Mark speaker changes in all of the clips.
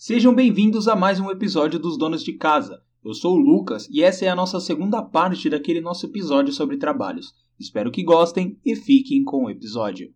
Speaker 1: Sejam bem-vindos a mais um episódio dos Donos de Casa. Eu sou o Lucas e essa é a nossa segunda parte daquele nosso episódio sobre trabalhos. Espero que gostem e fiquem com o episódio.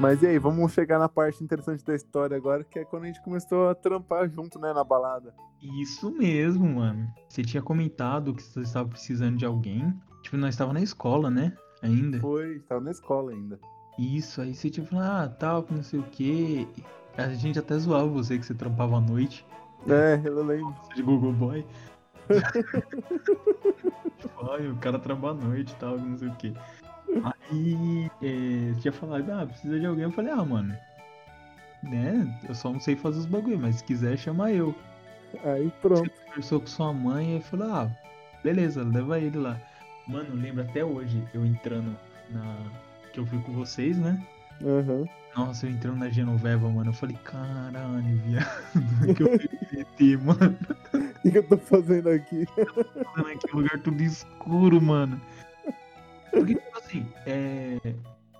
Speaker 2: Mas e aí, vamos chegar na parte interessante da história agora, que é quando a gente começou a trampar junto, né, na balada.
Speaker 3: Isso mesmo, mano. Você tinha comentado que você estava precisando de alguém. Tipo, nós estava na escola, né? Ainda.
Speaker 2: Foi, tava na escola ainda.
Speaker 3: Isso, aí você tinha falado, ah, tal, que não sei o quê. A gente até zoava você que você trampava à noite.
Speaker 2: É, eu lembro.
Speaker 3: Você de Google Boy. Tipo, Ai, o cara trampa à noite e tal, que não sei o quê. Aí é, você tinha falado, ah, precisa de alguém. Eu falei, ah, mano. Né? Eu só não sei fazer os bagulho, mas se quiser, chama eu.
Speaker 2: Aí pronto.
Speaker 3: conversou com sua mãe e falou: Ah, beleza, leva ele lá. Mano, eu lembro até hoje eu entrando na. que eu fui com vocês, né?
Speaker 2: Aham.
Speaker 3: Nossa, eu entrando na Genoveva, mano. Eu falei: Caralho, viado, que eu me meti, mano.
Speaker 2: O que, que eu tô fazendo aqui?
Speaker 3: Mano, que lugar tudo escuro, mano. Porque, tipo assim, é.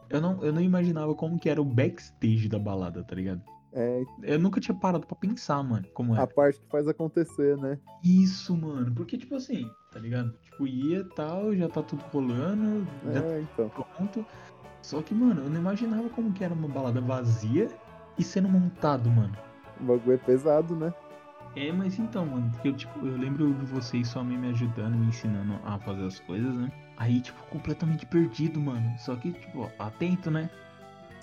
Speaker 3: Eu não, eu não imaginava como que era o backstage da balada, tá ligado?
Speaker 2: É,
Speaker 3: Eu nunca tinha parado pra pensar, mano, como era.
Speaker 2: a parte que faz acontecer, né?
Speaker 3: Isso, mano. Porque, tipo assim, tá ligado? Tipo, ia tal, já tá tudo rolando, já tá
Speaker 2: É, então.
Speaker 3: pronto. Só que, mano, eu não imaginava como que era uma balada vazia e sendo montado, mano.
Speaker 2: O bagulho é pesado, né?
Speaker 3: É, mas então, mano, porque eu, tipo, eu lembro de você e sua mãe me ajudando, me ensinando a fazer as coisas, né? Aí, tipo, completamente perdido, mano. Só que, tipo, ó, atento, né?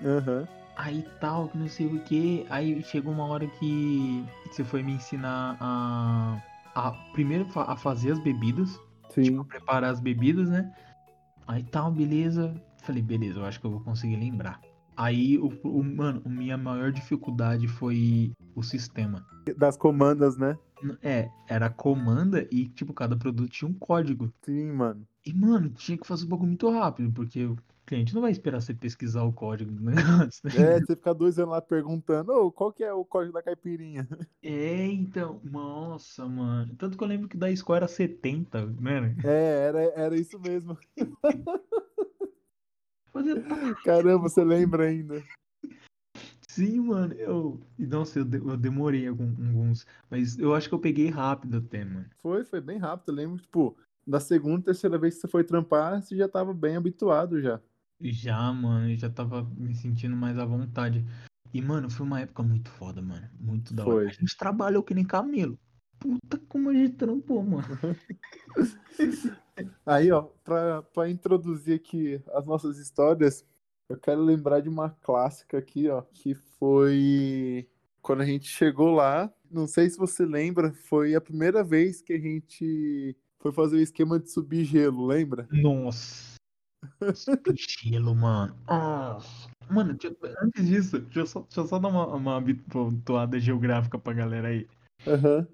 Speaker 2: Aham.
Speaker 3: Aí tal, que não sei o que. Aí chegou uma hora que você foi me ensinar a. a primeiro fa- a fazer as bebidas.
Speaker 2: Sim.
Speaker 3: tipo, preparar as bebidas, né? Aí tal, beleza. Falei, beleza, eu acho que eu vou conseguir lembrar. Aí, o, o- mano, a minha maior dificuldade foi o sistema.
Speaker 2: Das comandas, né?
Speaker 3: N- É, era comanda e, tipo, cada produto tinha um código.
Speaker 2: Sim, mano.
Speaker 3: E, mano, tinha que fazer o bagulho muito rápido, porque o cliente não vai esperar você pesquisar o código do negócio, né?
Speaker 2: É, você ficar dois anos lá perguntando, ô, qual que é o código da caipirinha?
Speaker 3: É, então, nossa, mano. Tanto que eu lembro que da escola era 70, né?
Speaker 2: É, era, era isso mesmo.
Speaker 3: Fazia tão
Speaker 2: Caramba, você lembra ainda.
Speaker 3: Sim, mano, eu. e, Nossa, eu, de- eu demorei algum- alguns. Mas eu acho que eu peguei rápido até, mano.
Speaker 2: Foi, foi bem rápido. Eu lembro, tipo, da segunda, terceira vez que você foi trampar, você já tava bem habituado já.
Speaker 3: Já, mano, eu já tava me sentindo mais à vontade. E, mano, foi uma época muito foda, mano. Muito da hora.
Speaker 2: Foi.
Speaker 3: A gente trabalhou que nem camelo. Puta como a gente trampou, mano.
Speaker 2: Aí, ó, pra, pra introduzir aqui as nossas histórias, eu quero lembrar de uma clássica aqui, ó, que foi quando a gente chegou lá. Não sei se você lembra, foi a primeira vez que a gente foi fazer o esquema de subir gelo, lembra?
Speaker 3: Nossa. Gelo, mano. Nossa. Mano, deixa eu- antes disso, deixa eu só, deixa eu só dar uma, uma habituada geográfica pra galera aí.
Speaker 2: Aham.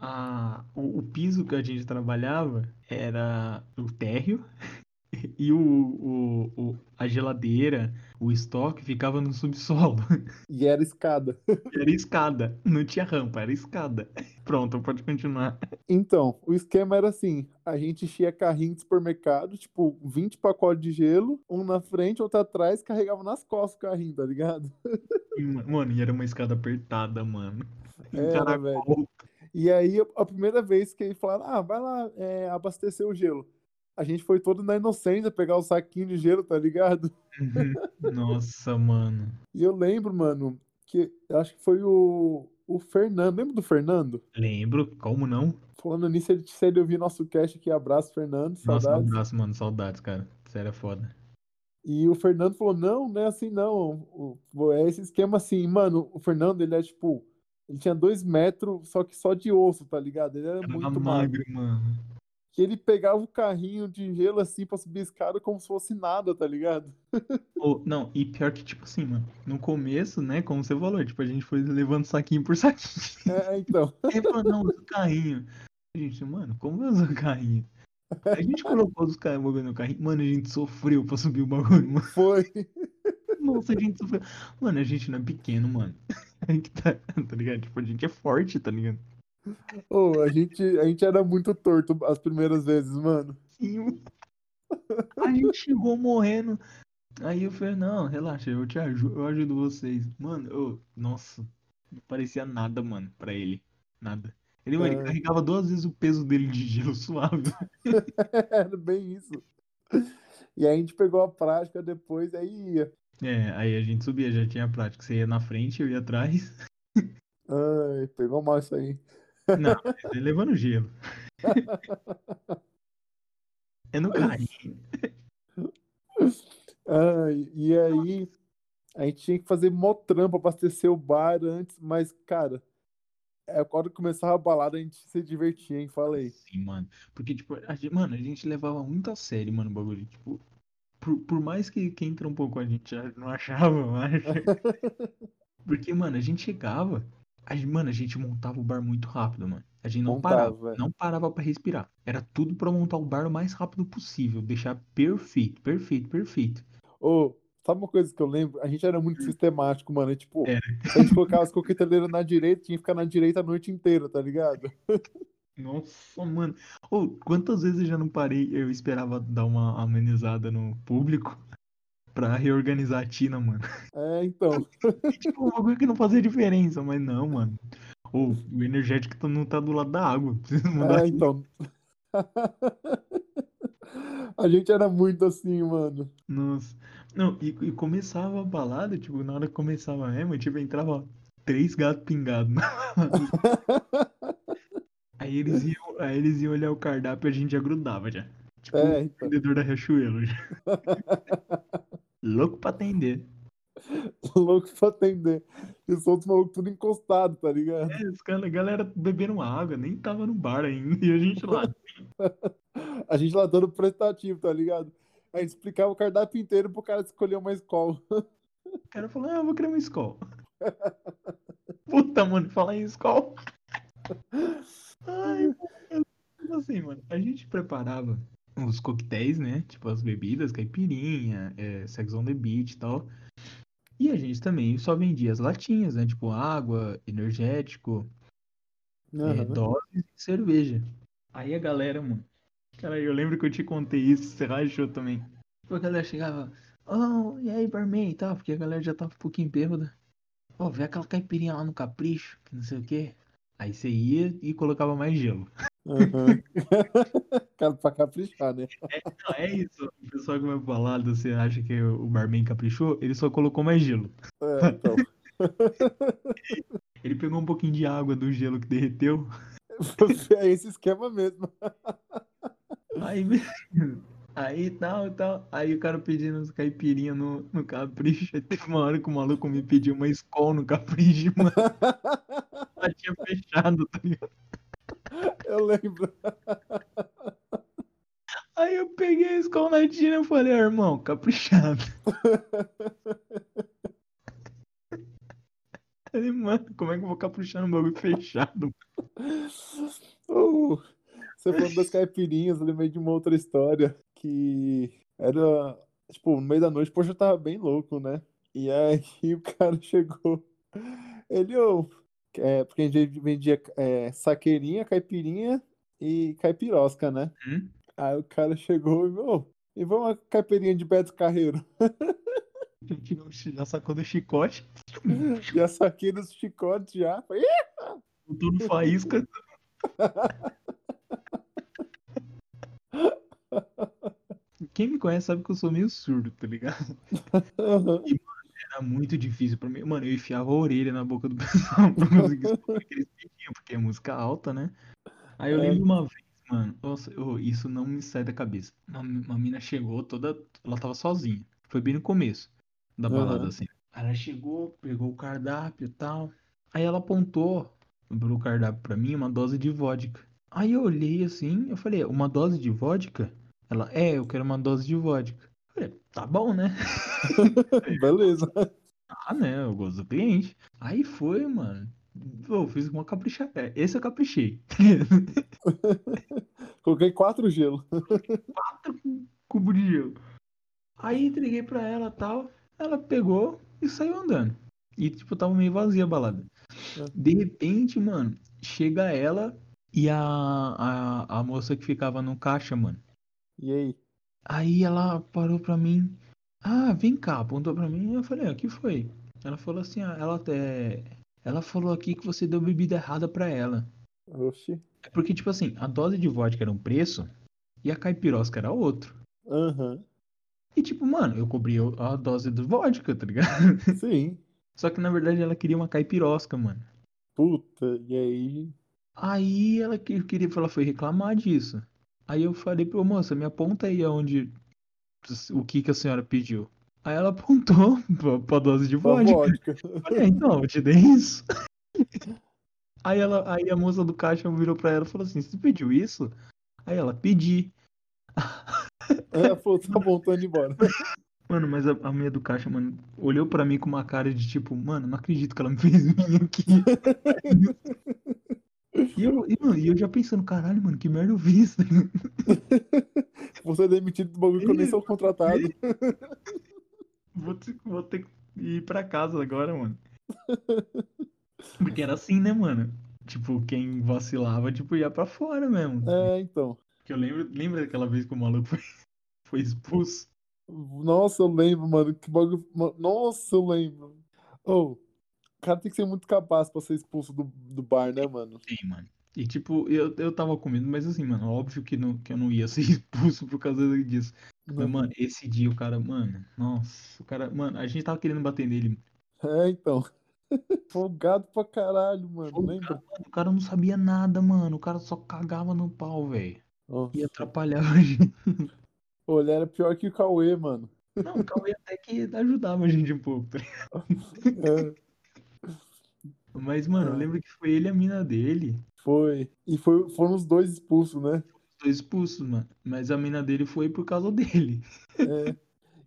Speaker 3: a- o, o piso que a gente trabalhava era o térreo e o, o- o- a geladeira, o estoque ficava no subsolo.
Speaker 2: E era escada.
Speaker 3: Era escada, não tinha rampa, era escada. Pronto, pode continuar.
Speaker 2: Então, o esquema era assim: a gente enchia carrinho de supermercado, tipo, 20 pacotes de gelo, um na frente, outro atrás, carregava nas costas o carrinho, tá ligado?
Speaker 3: E, Mano, e era uma escada apertada, mano. Um
Speaker 2: Era,
Speaker 3: caracol.
Speaker 2: E aí, a- a primeira vez que falaram, ah, vai lá é, abastecer o gelo. A gente foi todo na inocência pegar o saquinho de gelo, tá ligado?
Speaker 3: Uhum. Nossa, mano.
Speaker 2: E eu lembro, mano, que eu acho que foi o, o Fernando. Lembra do Fernando?
Speaker 3: Lembro, como não?
Speaker 2: Falando nisso, ele, se ele ouvir nosso cast aqui, abraço, Fernando,
Speaker 3: Nossa, um
Speaker 2: saudades.
Speaker 3: abraço, mano. Saudades, cara. Sério, é foda.
Speaker 2: E o Fernando falou, não, não é assim não, o- o- é esse esquema assim, mano, o Fernando, ele é tipo, ele tinha dois metros, só que só de osso, tá ligado? Ele era
Speaker 3: Era
Speaker 2: muito magro.
Speaker 3: mano.
Speaker 2: Que ele pegava o carrinho de gelo assim pra subir a escada como se fosse nada, tá ligado?
Speaker 3: Ô, não, e pior que, tipo assim, mano, no começo, né, como você falou, tipo, a gente foi levando saquinho por saquinho.
Speaker 2: É, então,
Speaker 3: Aí falou, não, usa o carrinho. A gente, mano, como eu uso o carrinho? A gente colocou os carrinhos bagulho no carrinho, mano, a gente sofreu pra subir o bagulho, mano.
Speaker 2: foi.
Speaker 3: Nossa, a gente sofreu. Mano, a gente não é pequeno, mano. Aí que tá, tá ligado? Tipo, a gente é forte, tá ligado?
Speaker 2: Ô, a gente, a gente era muito torto as primeiras vezes, mano.
Speaker 3: Sim. A gente chegou morrendo, Aí eu falei, não, relaxa, eu te ajudo, eu ajudo vocês. Mano, ô, nossa, não parecia nada, mano, pra ele. Nada. Ele, mano, ele
Speaker 2: É.
Speaker 3: carregava duas vezes o peso dele de gelo suave.
Speaker 2: Era bem isso. E aí a gente pegou a prática depois, aí ia.
Speaker 3: É, aí a gente subia, já tinha a prática. Você ia na frente, eu ia atrás.
Speaker 2: Ai, pegou mal isso aí.
Speaker 3: Não, mas é levando gelo. É no carrinho.
Speaker 2: Ai, Ah, e aí a gente tinha que fazer mó trampa, abastecer o bar antes, mas, cara, é quando começava a balada, a gente se divertia, hein? Falei.
Speaker 3: Sim, mano. Porque, tipo, a gente, mano, a gente levava muito a sério, mano, o bagulho. Tipo, por, por mais que quem trampou com a gente já não achava, eu acho. Porque, mano, a gente chegava. A, gente- mano, a gente montava o bar muito rápido, mano. A gente não
Speaker 2: Montava,
Speaker 3: parava.
Speaker 2: velho.
Speaker 3: Não parava pra respirar. Era tudo pra montar o bar o mais rápido possível. Deixar perfeito, perfeito, perfeito.
Speaker 2: Ô, sabe uma coisa que eu lembro? A gente era
Speaker 3: Hum.
Speaker 2: muito sistemático, mano. É tipo, a gente colocava as coqueteleiras na direita, tinha que ficar na direita a noite inteira, tá ligado?
Speaker 3: Nossa, mano. Ô, quantas vezes eu já não parei, eu esperava dar uma amenizada no público pra reorganizar a Tina, mano.
Speaker 2: É, então.
Speaker 3: Tipo, um bagulho que não fazia diferença, mas não, mano. Ô, o energético tá- não tá do lado da água. Precisa mudar.
Speaker 2: É, então. A gente era muito assim, mano.
Speaker 3: Nossa. Não, e, e começava a balada, tipo, na hora que começava mesmo, tipo, entrava três gatos pingados. na balada. Aí eles iam, aí eles iam olhar o cardápio e a gente já grudava já. Tipo,
Speaker 2: É,
Speaker 3: o
Speaker 2: então.
Speaker 3: vendedor da Riachuelo já. Louco pra atender.
Speaker 2: Louco pra atender. E os outros malucos tudo encostado, tá ligado?
Speaker 3: É, os cara, a galera beberam água, nem tava no bar ainda, e a gente lá.
Speaker 2: A gente lá dando prestativo, tá ligado? A gente explicava o cardápio inteiro pro cara escolher uma escola.
Speaker 3: O cara falou, ah, eu vou criar uma escola. Puta, mano, falar em escola. Ai, mano, como assim, mano, a gente preparava os coquetéis, né? Tipo as bebidas, caipirinha, é, sex on the beach e tal. E a gente também só vendia as latinhas, né? Tipo água, energético, é,
Speaker 2: Aham.
Speaker 3: doses e cerveja. Aí a galera, mano. Cara, eu lembro que eu te contei isso, você rachou também. Tipo, a galera chegava, oh, e aí, barman e tal, porque a galera já tava um pouquinho bêbada. Ó, vê aquela caipirinha lá no capricho, que não sei o quê. Aí você ia e colocava mais gelo.
Speaker 2: aham. Cara, pra caprichar, né?
Speaker 3: Não, é isso. O pessoal que vai pra lá, você acha que o barman caprichou, ele só colocou mais gelo.
Speaker 2: É, então.
Speaker 3: Ele pegou um pouquinho de água do gelo que derreteu,
Speaker 2: É esse esquema mesmo.
Speaker 3: Aí, beleza. Aí tal, tal. Aí o cara pedindo os caipirinha no, no capricho. Aí Teve uma hora que o maluco me pediu uma escola no capricho, mano. Ela tinha fechado, tá ligado?
Speaker 2: Eu lembro.
Speaker 3: Aí eu peguei a escola na Tina e falei, ah, irmão, caprichado. Ele, mano, como é que eu vou caprichar num bagulho fechado?
Speaker 2: Uh, você falando das caipirinhas, eu lembrei de uma outra história que era, tipo, no meio da noite, poxa, eu tava bem louco, né? E aí o cara chegou, ele, ô, é, porque a gente vendia é, saqueirinha, caipirinha e caipirosca, né?
Speaker 3: Hum?
Speaker 2: Aí o cara chegou e, ô, e vamos uma caipirinha de Beto Carreiro.
Speaker 3: A gente não- já sacou do chicote,
Speaker 2: Já saquei nos chicotes já. Falei,
Speaker 3: botou no faísca. Quem me conhece sabe que eu sou meio surdo, tá ligado?
Speaker 2: "Aham."
Speaker 3: Era muito difícil pra mim. Mano, eu enfiava a orelha na boca do pessoal pra conseguir escutar aqueles pediam, porque é música alta, né? Aí eu
Speaker 2: É.
Speaker 3: lembro uma vez, mano, nossa, eu- isso não me sai da cabeça. Uma, uma mina chegou toda. Ela tava sozinha. Foi bem no começo da balada,
Speaker 2: Aham.
Speaker 3: assim. Aí Ela chegou, pegou o cardápio e tal. Aí ela apontou pro cardápio pra mim uma dose de vodka. Aí eu olhei assim, eu falei, uma dose de vodka? Ela, é, eu quero uma dose de vodka. Eu falei, tá bom, né?
Speaker 2: Beleza.
Speaker 3: Ah, né? Eu gosto do cliente. Aí foi, mano. Pô, fiz uma capricha. é, Esse eu caprichei.
Speaker 2: Coloquei quatro gelo.
Speaker 3: Cubo de gelo. Aí entreguei pra ela tal. Ela pegou e saiu andando. E, tipo, tava meio vazia a balada. De repente, mano, chega ela e a, a, a moça que ficava no caixa, mano.
Speaker 2: E aí?
Speaker 3: Aí ela parou pra mim. Ah, vem cá, apontou pra mim. Eu falei, ah, o que foi? Ela falou assim, ah, ela até. Ela falou aqui que você deu bebida errada pra ela.
Speaker 2: Oxi.
Speaker 3: É porque, tipo assim, a dose de vodka era um preço e a caipirosca era outro.
Speaker 2: Aham.
Speaker 3: E tipo, mano, eu cobri a dose do vodka, tá ligado?
Speaker 2: Sim.
Speaker 3: Só que na verdade ela queria uma caipirosca, mano.
Speaker 2: Puta, e aí?
Speaker 3: Aí ela que- queria, ela foi reclamar disso. Aí eu falei pra moça, me aponta aí aonde o que que a senhora pediu. Aí ela apontou pra, pra dose de
Speaker 2: Pra
Speaker 3: vodka.
Speaker 2: vodka.
Speaker 3: Eu falei, "Ah, então, eu te dei isso. Aí ela, aí a moça do caixa virou pra ela e falou assim, você pediu isso? Aí ela, pedi.
Speaker 2: Ela falou, tá bom, tô indo embora.
Speaker 3: Mano, mas a, a minha do caixa, mano, olhou pra mim com uma cara de tipo, mano, não acredito que ela me fez vir aqui. e, eu, e, mano, e eu já pensando, caralho, mano, que merda eu fiz.
Speaker 2: Você é demitido do bagulho que eu nem sou contratado.
Speaker 3: Vou ter, vou ter que ir pra casa agora, mano. Porque era assim, né, mano? Tipo, quem vacilava, tipo, ia pra fora mesmo.
Speaker 2: É, então.
Speaker 3: Porque eu lembro, lembra daquela vez que o maluco foi, foi expulso?
Speaker 2: Nossa, eu lembro, mano. Que bagulho. ma- Nossa, eu lembro. Ô, o cara tem que ser muito capaz pra ser expulso do, do bar, né, mano?
Speaker 3: Sim, mano. E tipo, eu, eu tava com medo, mas assim, mano, óbvio que, não, que eu não ia ser expulso por causa disso. Mas, mano, esse dia o cara, mano, nossa, o cara, mano, a gente tava querendo bater nele.
Speaker 2: É, então. Folgado pra caralho, mano. Lembra?
Speaker 3: O cara não sabia nada, mano. O cara só cagava no pau, velho.
Speaker 2: Ó,
Speaker 3: E atrapalhava a gente.
Speaker 2: Ô, ele era pior que o Cauê, mano.
Speaker 3: Não, o Cauê até que ajudava a gente um pouco. tá
Speaker 2: É,
Speaker 3: ligado? Mas, mano, eu lembro que foi ele e a mina dele.
Speaker 2: foi. E foi, foram os dois expulsos, né?
Speaker 3: Os dois expulsos, mano. Mas a mina dele foi por causa dele.
Speaker 2: É.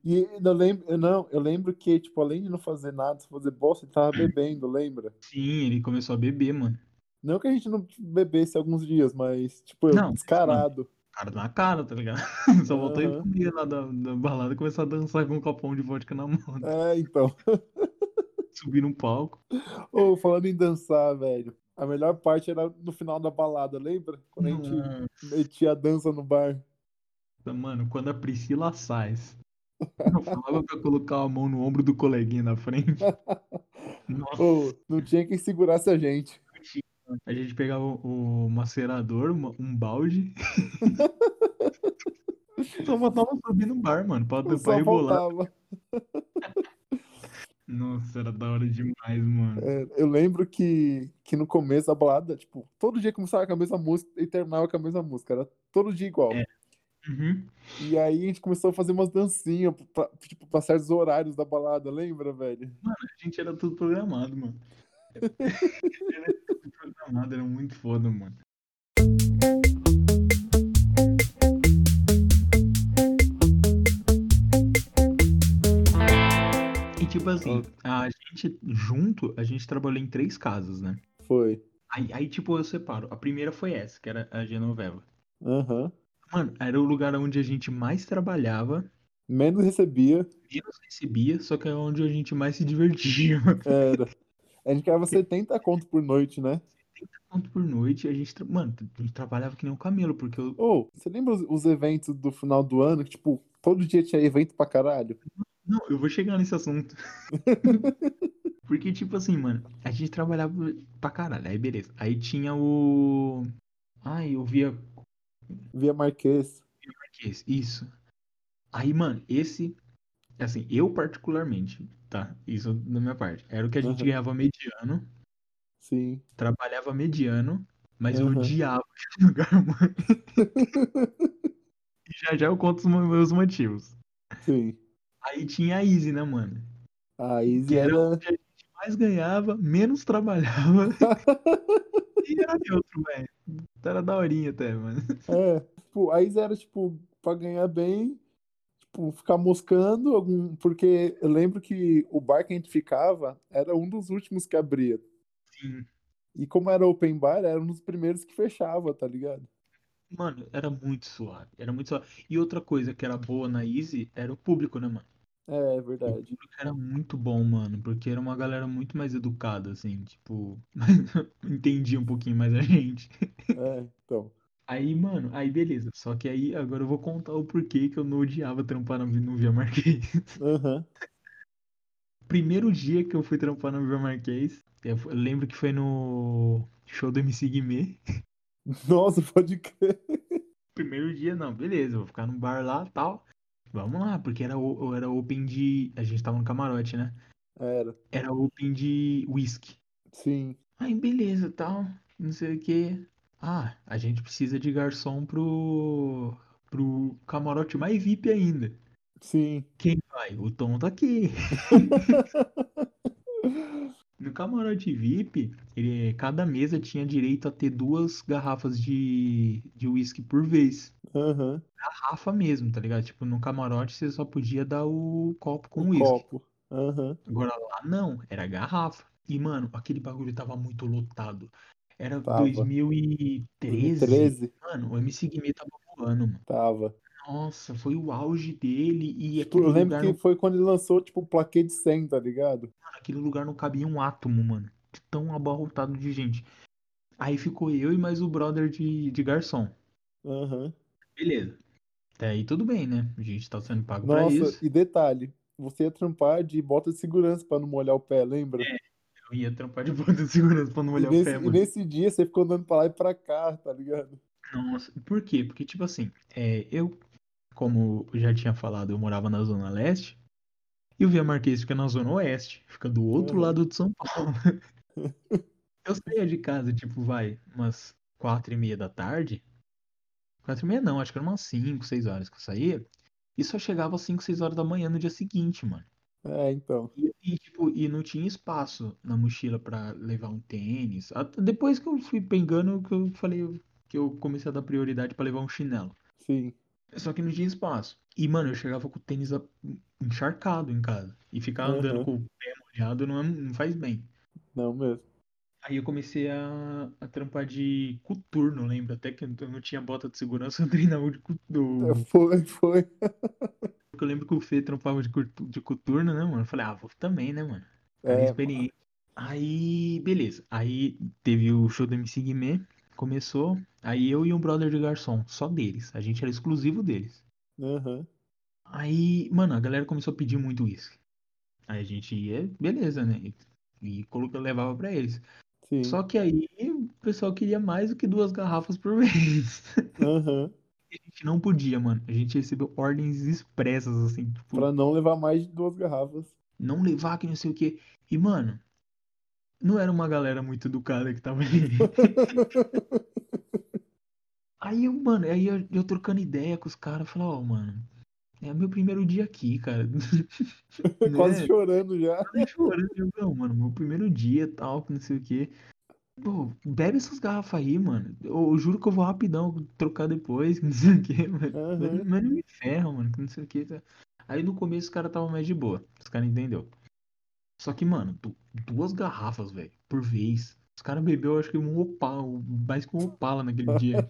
Speaker 2: E eu lembro, não, eu lembro que, tipo, além de não fazer nada, se fazer bosta, ele tava bebendo, lembra?
Speaker 3: Sim, ele começou a beber, mano.
Speaker 2: Não que a gente não bebesse alguns dias, mas, tipo, eu,
Speaker 3: Não,
Speaker 2: descarado.
Speaker 3: cara na cara, tá ligado? Só voltou e
Speaker 2: Aham.
Speaker 3: comia lá da, da balada e começou a dançar com um copão de vodka na mão,
Speaker 2: É, então.
Speaker 3: subir no palco.
Speaker 2: Ô, falando em dançar, velho. A melhor parte era no final da balada, lembra? Quando a gente
Speaker 3: Nossa,
Speaker 2: metia a dança no bar.
Speaker 3: mano, quando a Priscila sai. Eu falava pra colocar a mão no ombro do coleguinha na frente. Nossa,
Speaker 2: Ô, não tinha quem segurasse a gente.
Speaker 3: a gente pegava o, o macerador, uma- um balde. Só faltava subir no bar, mano, pra, pra
Speaker 2: Só
Speaker 3: rebolar.
Speaker 2: faltava.
Speaker 3: Nossa, era da hora demais, mano.
Speaker 2: É, eu lembro que, que no começo da balada, tipo, todo dia começava com a mesma música e terminava com a mesma música. Era todo dia igual.
Speaker 3: É. Uhum.
Speaker 2: E aí a gente começou a fazer umas dancinhas pra, tipo, pra certos horários da balada, lembra, velho?
Speaker 3: A gente era tudo programado, mano. era tudo programado, era muito foda, mano. E tipo assim, a gente junto, a gente trabalhou em três casas, né?
Speaker 2: Foi.
Speaker 3: Aí, aí, tipo, eu separo. A primeira foi essa, que era a Genoveva.
Speaker 2: Aham.
Speaker 3: Mano, era o lugar onde a gente mais trabalhava,
Speaker 2: Menos recebia,
Speaker 3: menos recebia, só que é onde a gente mais se divertia.
Speaker 2: era. A gente ganhava 70 conto por noite, né?
Speaker 3: Tanto por noite, a gente, tra- mano, a gente trabalhava que nem um camelo, porque eu,
Speaker 2: Ô, você lembra os, os eventos do final do ano? Que, tipo, todo dia tinha evento pra caralho?
Speaker 3: Não, eu vou chegar nesse assunto. Porque, tipo assim, mano, a gente trabalhava pra caralho, aí beleza. Aí tinha o. Ai, eu via.
Speaker 2: Via Marquês.
Speaker 3: que é esse? Isso. Aí, mano, esse. Assim, eu particularmente, tá? Isso da minha parte. Era o que a gente
Speaker 2: Aham.
Speaker 3: ganhava mediano,
Speaker 2: Sim.
Speaker 3: trabalhava mediano, mas eu
Speaker 2: Aham.
Speaker 3: odiava aquele lugar, mano. E já já eu conto os meus motivos.
Speaker 2: Sim.
Speaker 3: Aí tinha a Easy, né, mano?
Speaker 2: A Izzy
Speaker 3: Que era
Speaker 2: era.
Speaker 3: mais ganhava, menos trabalhava. e era neutro, velho. Era daorinha até, mano.
Speaker 2: É. Tipo, a Izzy era, tipo, pra ganhar bem, tipo, ficar moscando algum. Porque eu lembro que o bar que a gente ficava era um dos últimos que abria.
Speaker 3: Sim.
Speaker 2: E como era open bar, era um dos primeiros que fechava, tá ligado?
Speaker 3: Mano, era muito suave. Era muito suave. E outra coisa que era boa na Easy era o público, né, mano?
Speaker 2: É, é
Speaker 3: O
Speaker 2: verdade.
Speaker 3: público era muito bom, mano. Porque era uma galera muito mais educada, assim. Tipo, entendia um pouquinho mais a gente.
Speaker 2: É, então.
Speaker 3: Aí, mano, aí beleza. Só que aí agora eu vou contar o porquê que eu não odiava trampar na- no Via Marquês.
Speaker 2: Aham.
Speaker 3: Primeiro dia que eu fui trampar no Via Marquês, eu fu- eu lembro que foi no show do MC Guimê.
Speaker 2: Nossa, pode crer.
Speaker 3: Primeiro dia, não, beleza, vou ficar no bar lá tal. Vamos lá, porque era, o- era open de. A gente tava no camarote, né?
Speaker 2: Era.
Speaker 3: Era open de whisky.
Speaker 2: Sim.
Speaker 3: Aí, beleza, tal, não sei o que. Ah, a gente precisa de garçom pro, pro camarote mais VIP ainda.
Speaker 2: Sim.
Speaker 3: Quem vai? O Tom tá aqui. No camarote VIP, ele- cada mesa tinha direito a ter duas garrafas de, de whisky por vez.
Speaker 2: Aham.
Speaker 3: Garrafa mesmo, tá ligado? Tipo, no camarote você só podia dar o copo com
Speaker 2: Um
Speaker 3: whisky.
Speaker 2: copo. Aham.
Speaker 3: Agora lá não, era garrafa. E, mano, aquele bagulho tava muito lotado. Era
Speaker 2: Tava.
Speaker 3: 2013.
Speaker 2: 13?
Speaker 3: Mano, o MC Guimê tava voando, mano.
Speaker 2: Tava.
Speaker 3: Nossa, foi o auge dele e
Speaker 2: Tipo, eu
Speaker 3: aquele
Speaker 2: lembro
Speaker 3: lugar,
Speaker 2: que
Speaker 3: não,
Speaker 2: foi quando ele lançou, tipo, o plaquê de 100, tá ligado?
Speaker 3: aquele lugar não cabia um átomo, mano. De Tão abarrotado de gente. Aí ficou eu e mais o brother de, de garçom.
Speaker 2: Aham.
Speaker 3: Beleza. Até aí tudo bem, né? A gente tá sendo pago pra isso.
Speaker 2: Nossa, e detalhe, você ia trampar de bota de segurança pra não molhar o pé, lembra?
Speaker 3: Eu ia trampar de bota de segurança pra não
Speaker 2: E
Speaker 3: olhar É, o
Speaker 2: nesse,
Speaker 3: pé,
Speaker 2: e
Speaker 3: mano.
Speaker 2: nesse dia você ficou andando pra lá e pra cá, tá ligado?
Speaker 3: Nossa, por quê? Porque, tipo assim, é, eu, como eu já tinha falado, eu morava na Zona Leste e o Via Marquês fica na Zona Oeste, fica do outro
Speaker 2: Uhum.
Speaker 3: lado de São Paulo. Eu saía de casa, tipo, vai, umas quatro e meia da tarde. Quatro e meia não, acho que era umas cinco, seis horas que eu saía. E só chegava às cinco, seis horas da manhã no dia seguinte, mano.
Speaker 2: É, então.
Speaker 3: E, e, tipo, e não tinha espaço na mochila pra levar um tênis. Até depois que eu fui pegando, que eu falei que eu comecei a dar prioridade pra levar um chinelo.
Speaker 2: Sim.
Speaker 3: Só que não tinha espaço. E, mano, eu chegava com o tênis a- encharcado em casa. E ficar andando
Speaker 2: Aham.
Speaker 3: com o pé molhado não, é- não faz bem.
Speaker 2: Não mesmo.
Speaker 3: Aí eu comecei a, a trampar de coturno, lembro. Até que eu não tinha bota de segurança, eu treinava de
Speaker 2: É,
Speaker 3: coturno.
Speaker 2: Foi, foi.
Speaker 3: Porque eu lembro que o Fê trampava de, curtu- de coturno, né, mano? Eu falei, ah, vou também, né, mano? Cara
Speaker 2: É,
Speaker 3: experiente. Aí, beleza. Aí teve o show do MC Guimê, começou. Aí eu e um brother de garçom, só deles. A gente era exclusivo deles.
Speaker 2: aham.
Speaker 3: Aí, mano, a galera começou a pedir muito uísque. Aí a gente ia, beleza, né? E e colocou, levava pra eles.
Speaker 2: Sim.
Speaker 3: Só que aí o pessoal queria mais do que duas garrafas por vez.
Speaker 2: Aham.
Speaker 3: A gente não podia, mano. A gente recebeu ordens expressas, assim, tipo,
Speaker 2: Pra não levar mais de duas garrafas.
Speaker 3: não levar que não sei o quê. E, mano, não era uma galera muito educada que tava ali. Aí eu, mano, aí eu, eu trocando ideia com os caras, eu falei, ó, mano, é meu primeiro dia aqui, cara. Né?
Speaker 2: Quase chorando já.
Speaker 3: Tava chorando, eu, não, mano, meu primeiro dia tal, que não sei o quê. Pô, bebe essas garrafas aí, mano. Eu, eu juro que eu vou rapidão trocar depois, que não sei o quê, mano.
Speaker 2: Aham.
Speaker 3: Mas, não- mas não me ferra, mano, que não sei o quê. tá? Aí no começo os caras tava mais de boa, os caras entendeu. Só que, mano, du- duas garrafas, velho, por vez. Os caras bebeu, acho que um opala, mais que um opala naquele dia.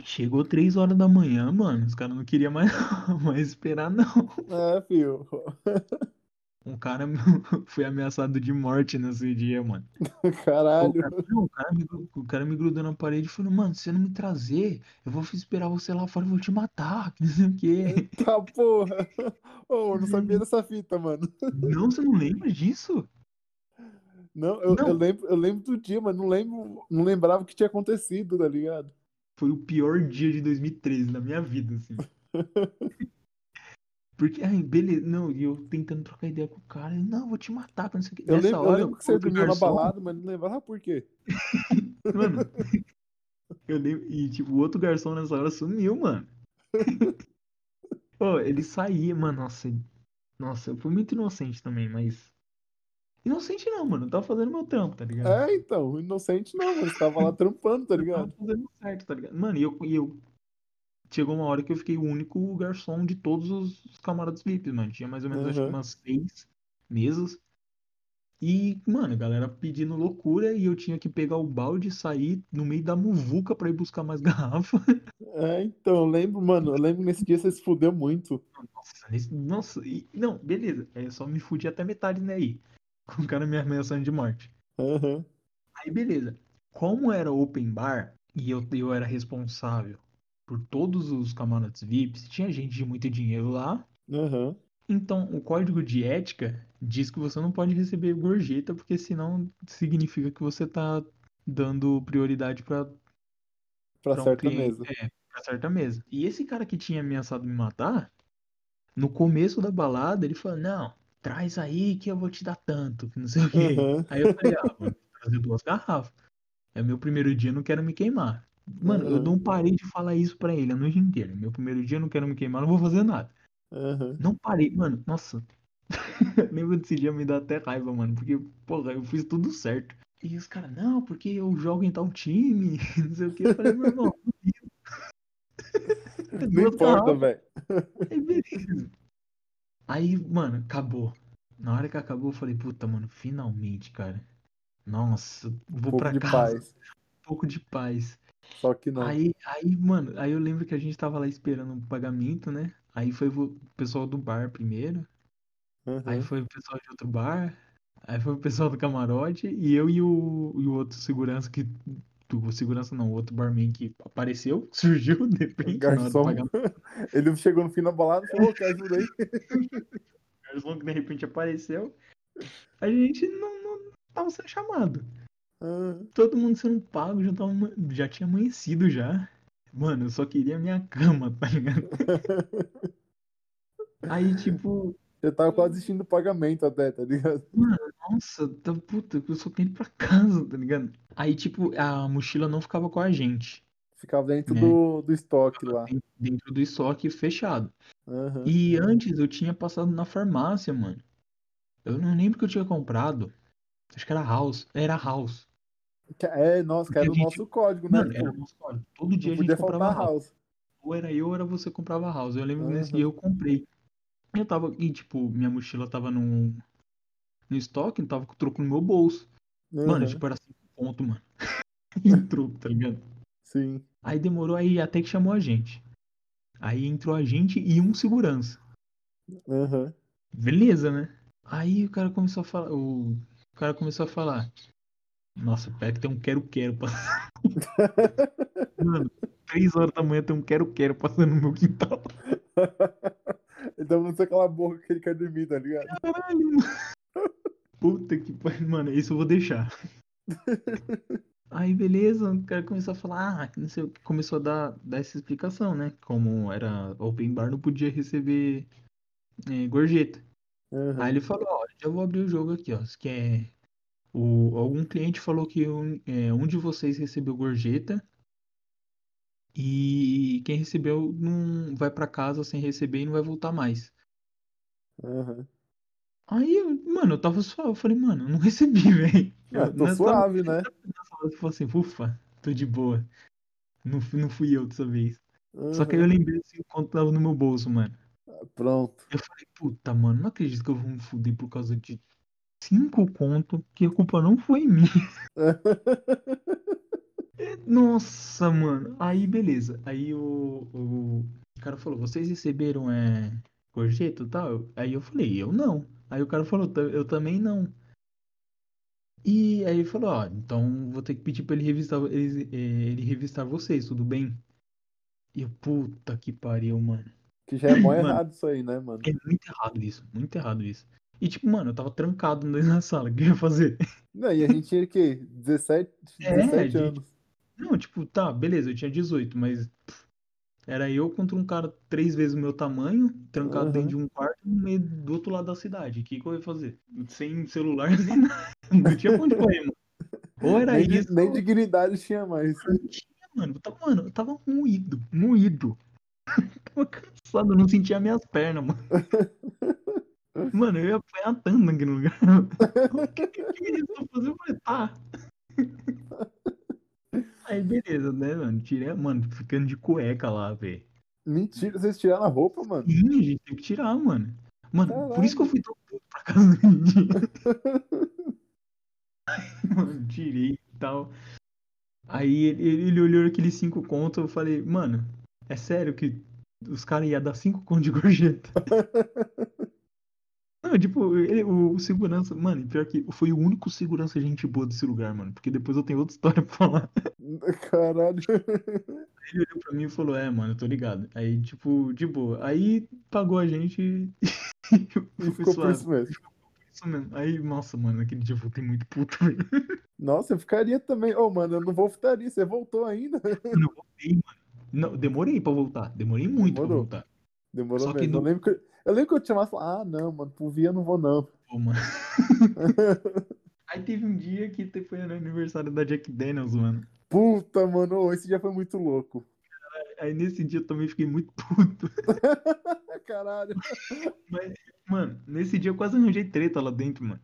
Speaker 3: Chegou três horas da manhã, mano. Os caras não queriam mais, mais esperar, não.
Speaker 2: É, filho.
Speaker 3: Um cara foi ameaçado de morte nesse dia, mano. O
Speaker 2: Caralho.
Speaker 3: cara, não, o cara me, gru- o cara me grudou na parede e falou, mano, se você não me trazer, eu vou esperar você lá fora e vou te matar, que não sei o quê.
Speaker 2: Tá porra. Ô, eu não sabia dessa fita, mano.
Speaker 3: Não, você não lembra disso?
Speaker 2: Não, eu,
Speaker 3: Não.
Speaker 2: eu lembro, eu lembro do dia, mas não lembro, não lembrava o que tinha acontecido, tá ligado?
Speaker 3: Foi o pior dia de 2013 na minha vida, assim. Porque, ai, beleza, não, e eu tentando trocar ideia com o cara, ele, não, eu vou te matar, que não sei o quê.
Speaker 2: Eu
Speaker 3: Nessa
Speaker 2: lembro, eu
Speaker 3: hora,
Speaker 2: lembro que você
Speaker 3: outro
Speaker 2: dormiu na
Speaker 3: garçom-
Speaker 2: balada, mas não lembrava por quê.
Speaker 3: Mano, eu lembro. E, tipo, o outro garçom nessa hora sumiu, mano. Pô, ele saía, mano. Nossa, ele- nossa, eu fui muito inocente também, mas. Inocente não, mano. Eu tava fazendo meu trampo, tá ligado?
Speaker 2: É, então, inocente não, mas tava lá trampando, tá
Speaker 3: Eu tava
Speaker 2: ligado?
Speaker 3: fazendo certo, tá ligado? Mano, e eu, e eu. Chegou uma hora que eu fiquei o único garçom de todos os os camaradas VIPs, mano. Tinha mais ou menos, acho que
Speaker 2: Uhum.
Speaker 3: umas seis mesas. E, mano, a galera pedindo loucura e eu tinha que pegar o balde e sair no meio da muvuca pra ir buscar mais garrafa.
Speaker 2: É, então, eu lembro, mano, eu lembro que nesse dia você se fudeu muito.
Speaker 3: Nossa, nesse- nossa, e- não, beleza. Aí eu só me fudi até metade, né? Aí. Com o cara me ameaçando de morte.
Speaker 2: Aham.
Speaker 3: Aí, beleza. Como era open bar, E eu, eu era responsável por todos os camarotes VIPs. Tinha gente de muito dinheiro lá.
Speaker 2: Aham.
Speaker 3: Então, o código de ética diz que você não pode receber gorjeta, porque senão significa que você tá dando prioridade pra,
Speaker 2: Pra
Speaker 3: pra um
Speaker 2: certa
Speaker 3: cliente,
Speaker 2: mesa.
Speaker 3: É, pra certa mesa. E esse cara que tinha ameaçado me matar, no começo da balada, ele falou, não, traz aí que eu vou te dar tanto, que não sei o quê.
Speaker 2: Aham.
Speaker 3: Aí eu falei, ah, vou trazer duas garrafas. É meu primeiro dia, não quero me queimar. Mano, eu
Speaker 2: Uhum.
Speaker 3: não parei de falar isso pra ele a noite inteira. Meu primeiro dia, não quero me queimar, não vou fazer nada.
Speaker 2: Aham.
Speaker 3: Não parei, mano, nossa. Lembro desse dia, me dá até raiva, mano, porque, porra, eu fiz tudo certo. E os caras, não, porque eu jogo em tal time, não sei o que. Eu falei, meu irmão,
Speaker 2: Não
Speaker 3: Duas
Speaker 2: importa,
Speaker 3: garrafas.
Speaker 2: velho.
Speaker 3: Aí, beleza. Aí, mano, acabou. Na hora que acabou, eu falei, puta, mano, finalmente, cara. Nossa, vou
Speaker 2: pouco
Speaker 3: pra
Speaker 2: de
Speaker 3: casa,
Speaker 2: paz.
Speaker 3: um pouco de paz.
Speaker 2: Só que não.
Speaker 3: Aí, aí, mano, aí eu lembro que a gente tava lá esperando o pagamento, né? Aí foi o pessoal do bar primeiro,
Speaker 2: Aham.
Speaker 3: aí foi o pessoal de outro bar, aí foi o pessoal do camarote, e eu e o, e o outro segurança que. O segurança não, o outro barman que apareceu, surgiu de repente na hora do
Speaker 2: Garçom.
Speaker 3: pagamento.
Speaker 2: Ele chegou no fim da balada e falou, "Ô, quer ajuda aí?
Speaker 3: Carlson que de repente apareceu, a gente não, não tava sendo chamado.
Speaker 2: Ah,
Speaker 3: Todo mundo sendo pago, já, tava, ama- já tinha amanhecido já. Mano, eu só queria a minha cama, tá ligado? Aí, tipo,
Speaker 2: Eu tava quase desistindo do pagamento até, tá ligado?
Speaker 3: nossa, tá, puta, eu só queria ir pra casa, tá ligado? Aí, tipo, a mochila não ficava com a gente,
Speaker 2: Ficava dentro
Speaker 3: Né?
Speaker 2: do, do estoque lá.
Speaker 3: dentro do estoque fechado.
Speaker 2: Aham.
Speaker 3: E antes eu tinha passado na farmácia, mano. Eu não lembro o que eu tinha comprado. Acho que era House. Era House.
Speaker 2: Que- É, nossa, que era o
Speaker 3: Porque a
Speaker 2: nosso código, né?
Speaker 3: Mano,
Speaker 2: Tipo,
Speaker 3: era nosso código. é, Todo Um dia
Speaker 2: não
Speaker 3: a gente
Speaker 2: podia
Speaker 3: comprava
Speaker 2: faltar
Speaker 3: house.
Speaker 2: house.
Speaker 3: Ou era eu ou era você que comprava house. Eu lembro que nesse
Speaker 2: Aham.
Speaker 3: dia eu comprei. Eu tava. E tipo, minha mochila tava num. No estoque, tava com o troco no meu bolso. Mano,
Speaker 2: Aham,
Speaker 3: tipo, era 5 ponto, mano. em troco, tá ligado?
Speaker 2: Sim.
Speaker 3: Aí demorou aí até que chamou a gente. Aí entrou a gente e um segurança.
Speaker 2: Aham.
Speaker 3: Beleza, né? Aí o cara começou a falar. O, o cara começou a falar. Nossa, pera que tem um quero-quero passando. Mano, três horas da manhã tem um quero-quero passando no meu quintal.
Speaker 2: Ele tava com Então aquela boca que ele quer dormir, tá ligado?
Speaker 3: Caralho, mano. Puta que pariu, mano, isso eu vou deixar. Aí, beleza, o cara começou a falar, ah, que não sei o que, começou a dar, dar essa explicação, né? Como era open bar, não podia receber eh, gorjeta.
Speaker 2: Aham.
Speaker 3: Aí ele falou, ó, já vou abrir o jogo aqui, ó, se quer... O, algum cliente falou que um, eh, um de vocês recebeu gorjeta e quem recebeu não vai pra casa sem receber e não vai voltar mais.
Speaker 2: Aham.
Speaker 3: Aí, eu- mano, eu tava suave. Eu falei, mano, eu não recebi, velho. é
Speaker 2: Ah,
Speaker 3: Eu-
Speaker 2: tô
Speaker 3: nessa-
Speaker 2: suave, né?
Speaker 3: nessa hora Eu falei assim, ufa, tô de boa. Não, fui- não fui eu dessa vez. Só que aí eu
Speaker 2: Aham.
Speaker 3: lembrei assim, quanto tava no meu bolso, mano.
Speaker 2: Pronto.
Speaker 3: Eu falei, puta, mano, não acredito que eu vou me fuder por causa de cinco conto, que a culpa não foi minha. Nossa, mano. Aí, beleza. Aí o, o cara falou, vocês receberam é, gorjeta e tal? Aí eu falei, eu não. Aí o cara falou, "Ta- eu também não. E aí ele falou, ó, então vou ter que pedir pra ele revistar, ele, eh, ele revistar vocês, tudo bem? E eu, puta que pariu, mano.
Speaker 2: Que já é mó
Speaker 3: Mano.
Speaker 2: errado isso aí, né, mano?
Speaker 3: É muito errado isso, muito errado isso. E tipo, mano, eu tava trancado na sala, o que eu ia fazer?
Speaker 2: Não, e a gente tinha o quê? 17,
Speaker 3: É,
Speaker 2: 17
Speaker 3: gente.
Speaker 2: anos.
Speaker 3: Não, tipo, tá, beleza, eu tinha 18, mas pff, era eu contra um cara três vezes o meu tamanho, trancado
Speaker 2: Aham.
Speaker 3: dentro de um quarto, no meio do outro lado da cidade. O que, que eu ia fazer? Sem celular, sem nada. Não tinha pra onde correr, mano. Ou era
Speaker 2: Nem, di-
Speaker 3: isso,
Speaker 2: nem dignidade tinha mais.
Speaker 3: não tinha, mano. Eu tava, mano, eu tava moído, moído. tava cansado, eu não sentia minhas pernas, mano. Mano, eu ia apanhar tanto naquele lugar. O que, que, que eles estão fazendo? Eu falei, tá. Aí, beleza, né, mano? Tirei, mano, ficando de cueca lá, velho.
Speaker 2: Mentira, vocês tiraram a roupa, mano?
Speaker 3: Sim, a gente tem que tirar, mano. Mano, por
Speaker 2: Caralho.
Speaker 3: isso que eu fui tão puto pra casa do dia. mano, tirei e tal. Aí ele, ele- ele olhou aqueles cinco contos, eu falei, mano, é sério que os caras iam dar cinco contos de gorjeta? Não, tipo, ele- o, o segurança. Mano, e pior que foi o único segurança gente boa desse lugar, mano. Porque depois eu tenho outra história pra falar.
Speaker 2: Caralho.
Speaker 3: Ele olhou pra mim e falou: É, mano, eu tô ligado. Aí, tipo, de boa. Aí pagou a gente e. e foi
Speaker 2: Ficou por
Speaker 3: suave.
Speaker 2: isso mesmo.
Speaker 3: Isso mesmo. Aí, nossa, mano, aquele dia eu voltei muito puto, velho.
Speaker 2: Nossa, eu ficaria também. Ô, mano, eu não vou voltaria. Você voltou ainda?
Speaker 3: Não, demorei pra voltar. Demorei muito pra
Speaker 2: Demorou.
Speaker 3: voltar.
Speaker 2: Demorou
Speaker 3: Só que
Speaker 2: mesmo.
Speaker 3: não-
Speaker 2: Eu, lembro que eu... eu lembro que eu te chamava e falava, ah, não, mano, pro Via eu não vou, não.
Speaker 3: Pô, mano. Aí teve um dia que te- foi no aniversário da Jack Daniels, mano.
Speaker 2: Puta, mano, ô, esse dia foi muito louco.
Speaker 3: Aí nesse dia eu também fiquei muito puto.
Speaker 2: Ah, Caralho.
Speaker 3: Mano, nesse dia eu quase arranjei treta lá dentro, mano.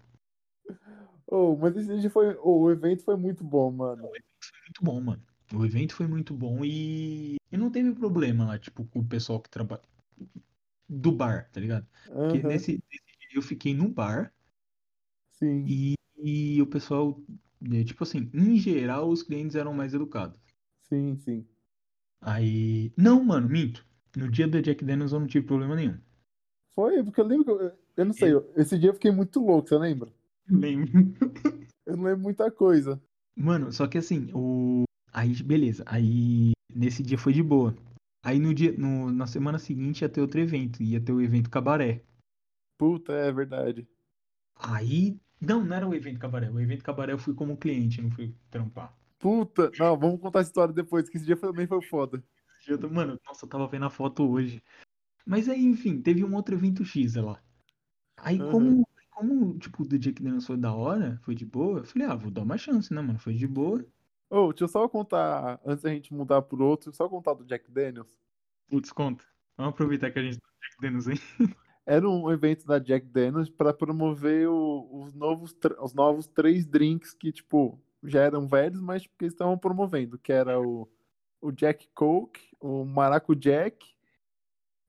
Speaker 2: Ô, mas esse dia foi. ô, o evento foi muito bom, mano.
Speaker 3: Muito bom, mano. O evento foi muito bom e. E não teve problema lá, tipo, com o pessoal que trabalha. Do bar, tá ligado? Porque
Speaker 2: Aham,
Speaker 3: nesse, nesse dia eu fiquei no bar
Speaker 2: Sim.
Speaker 3: e, e o pessoal. é, Tipo assim, em geral os clientes eram mais educados.
Speaker 2: Sim, sim.
Speaker 3: Aí. Não, mano, minto. No dia da Jack Daniels eu não tive problema nenhum.
Speaker 2: Foi, porque eu lembro que eu, eu não sei, eu- esse dia eu fiquei muito louco, você lembra?
Speaker 3: Lembro.
Speaker 2: Eu não lembro muita coisa.
Speaker 3: Mano, só que assim, o. Aí, beleza. Aí, nesse dia foi de boa. Aí, no dia, no, na semana seguinte ia ter outro evento. Ia ter o evento cabaré.
Speaker 2: Puta, é verdade.
Speaker 3: Aí. Não, não era o evento cabaré. O evento cabaré eu fui como cliente, não fui trampar.
Speaker 2: Puta, não, vamos contar a história depois, que esse dia também foi foda.
Speaker 3: Esse dia eu tô- Mano, nossa, eu tava vendo a foto hoje. Mas aí, enfim, teve um outro evento X lá. Aí,
Speaker 2: Aham.
Speaker 3: como, como tipo, o The Jack Daniels foi da hora, foi de boa, eu falei, ah, vou dar uma chance, né, mano? Foi de boa.
Speaker 2: Ô, deixa eu só contar, antes da gente mudar pro outro, só contar do Jack Daniels.
Speaker 3: Putz, conta. Vamos aproveitar que a gente tá no Jack Daniels, hein?
Speaker 2: Era um evento da Jack Daniels pra promover o- os, novos, tr- os novos três drinks que, tipo, já eram velhos, mas tipo, que eles estavam promovendo, que era o, o Jack Coke, o Maracu Jack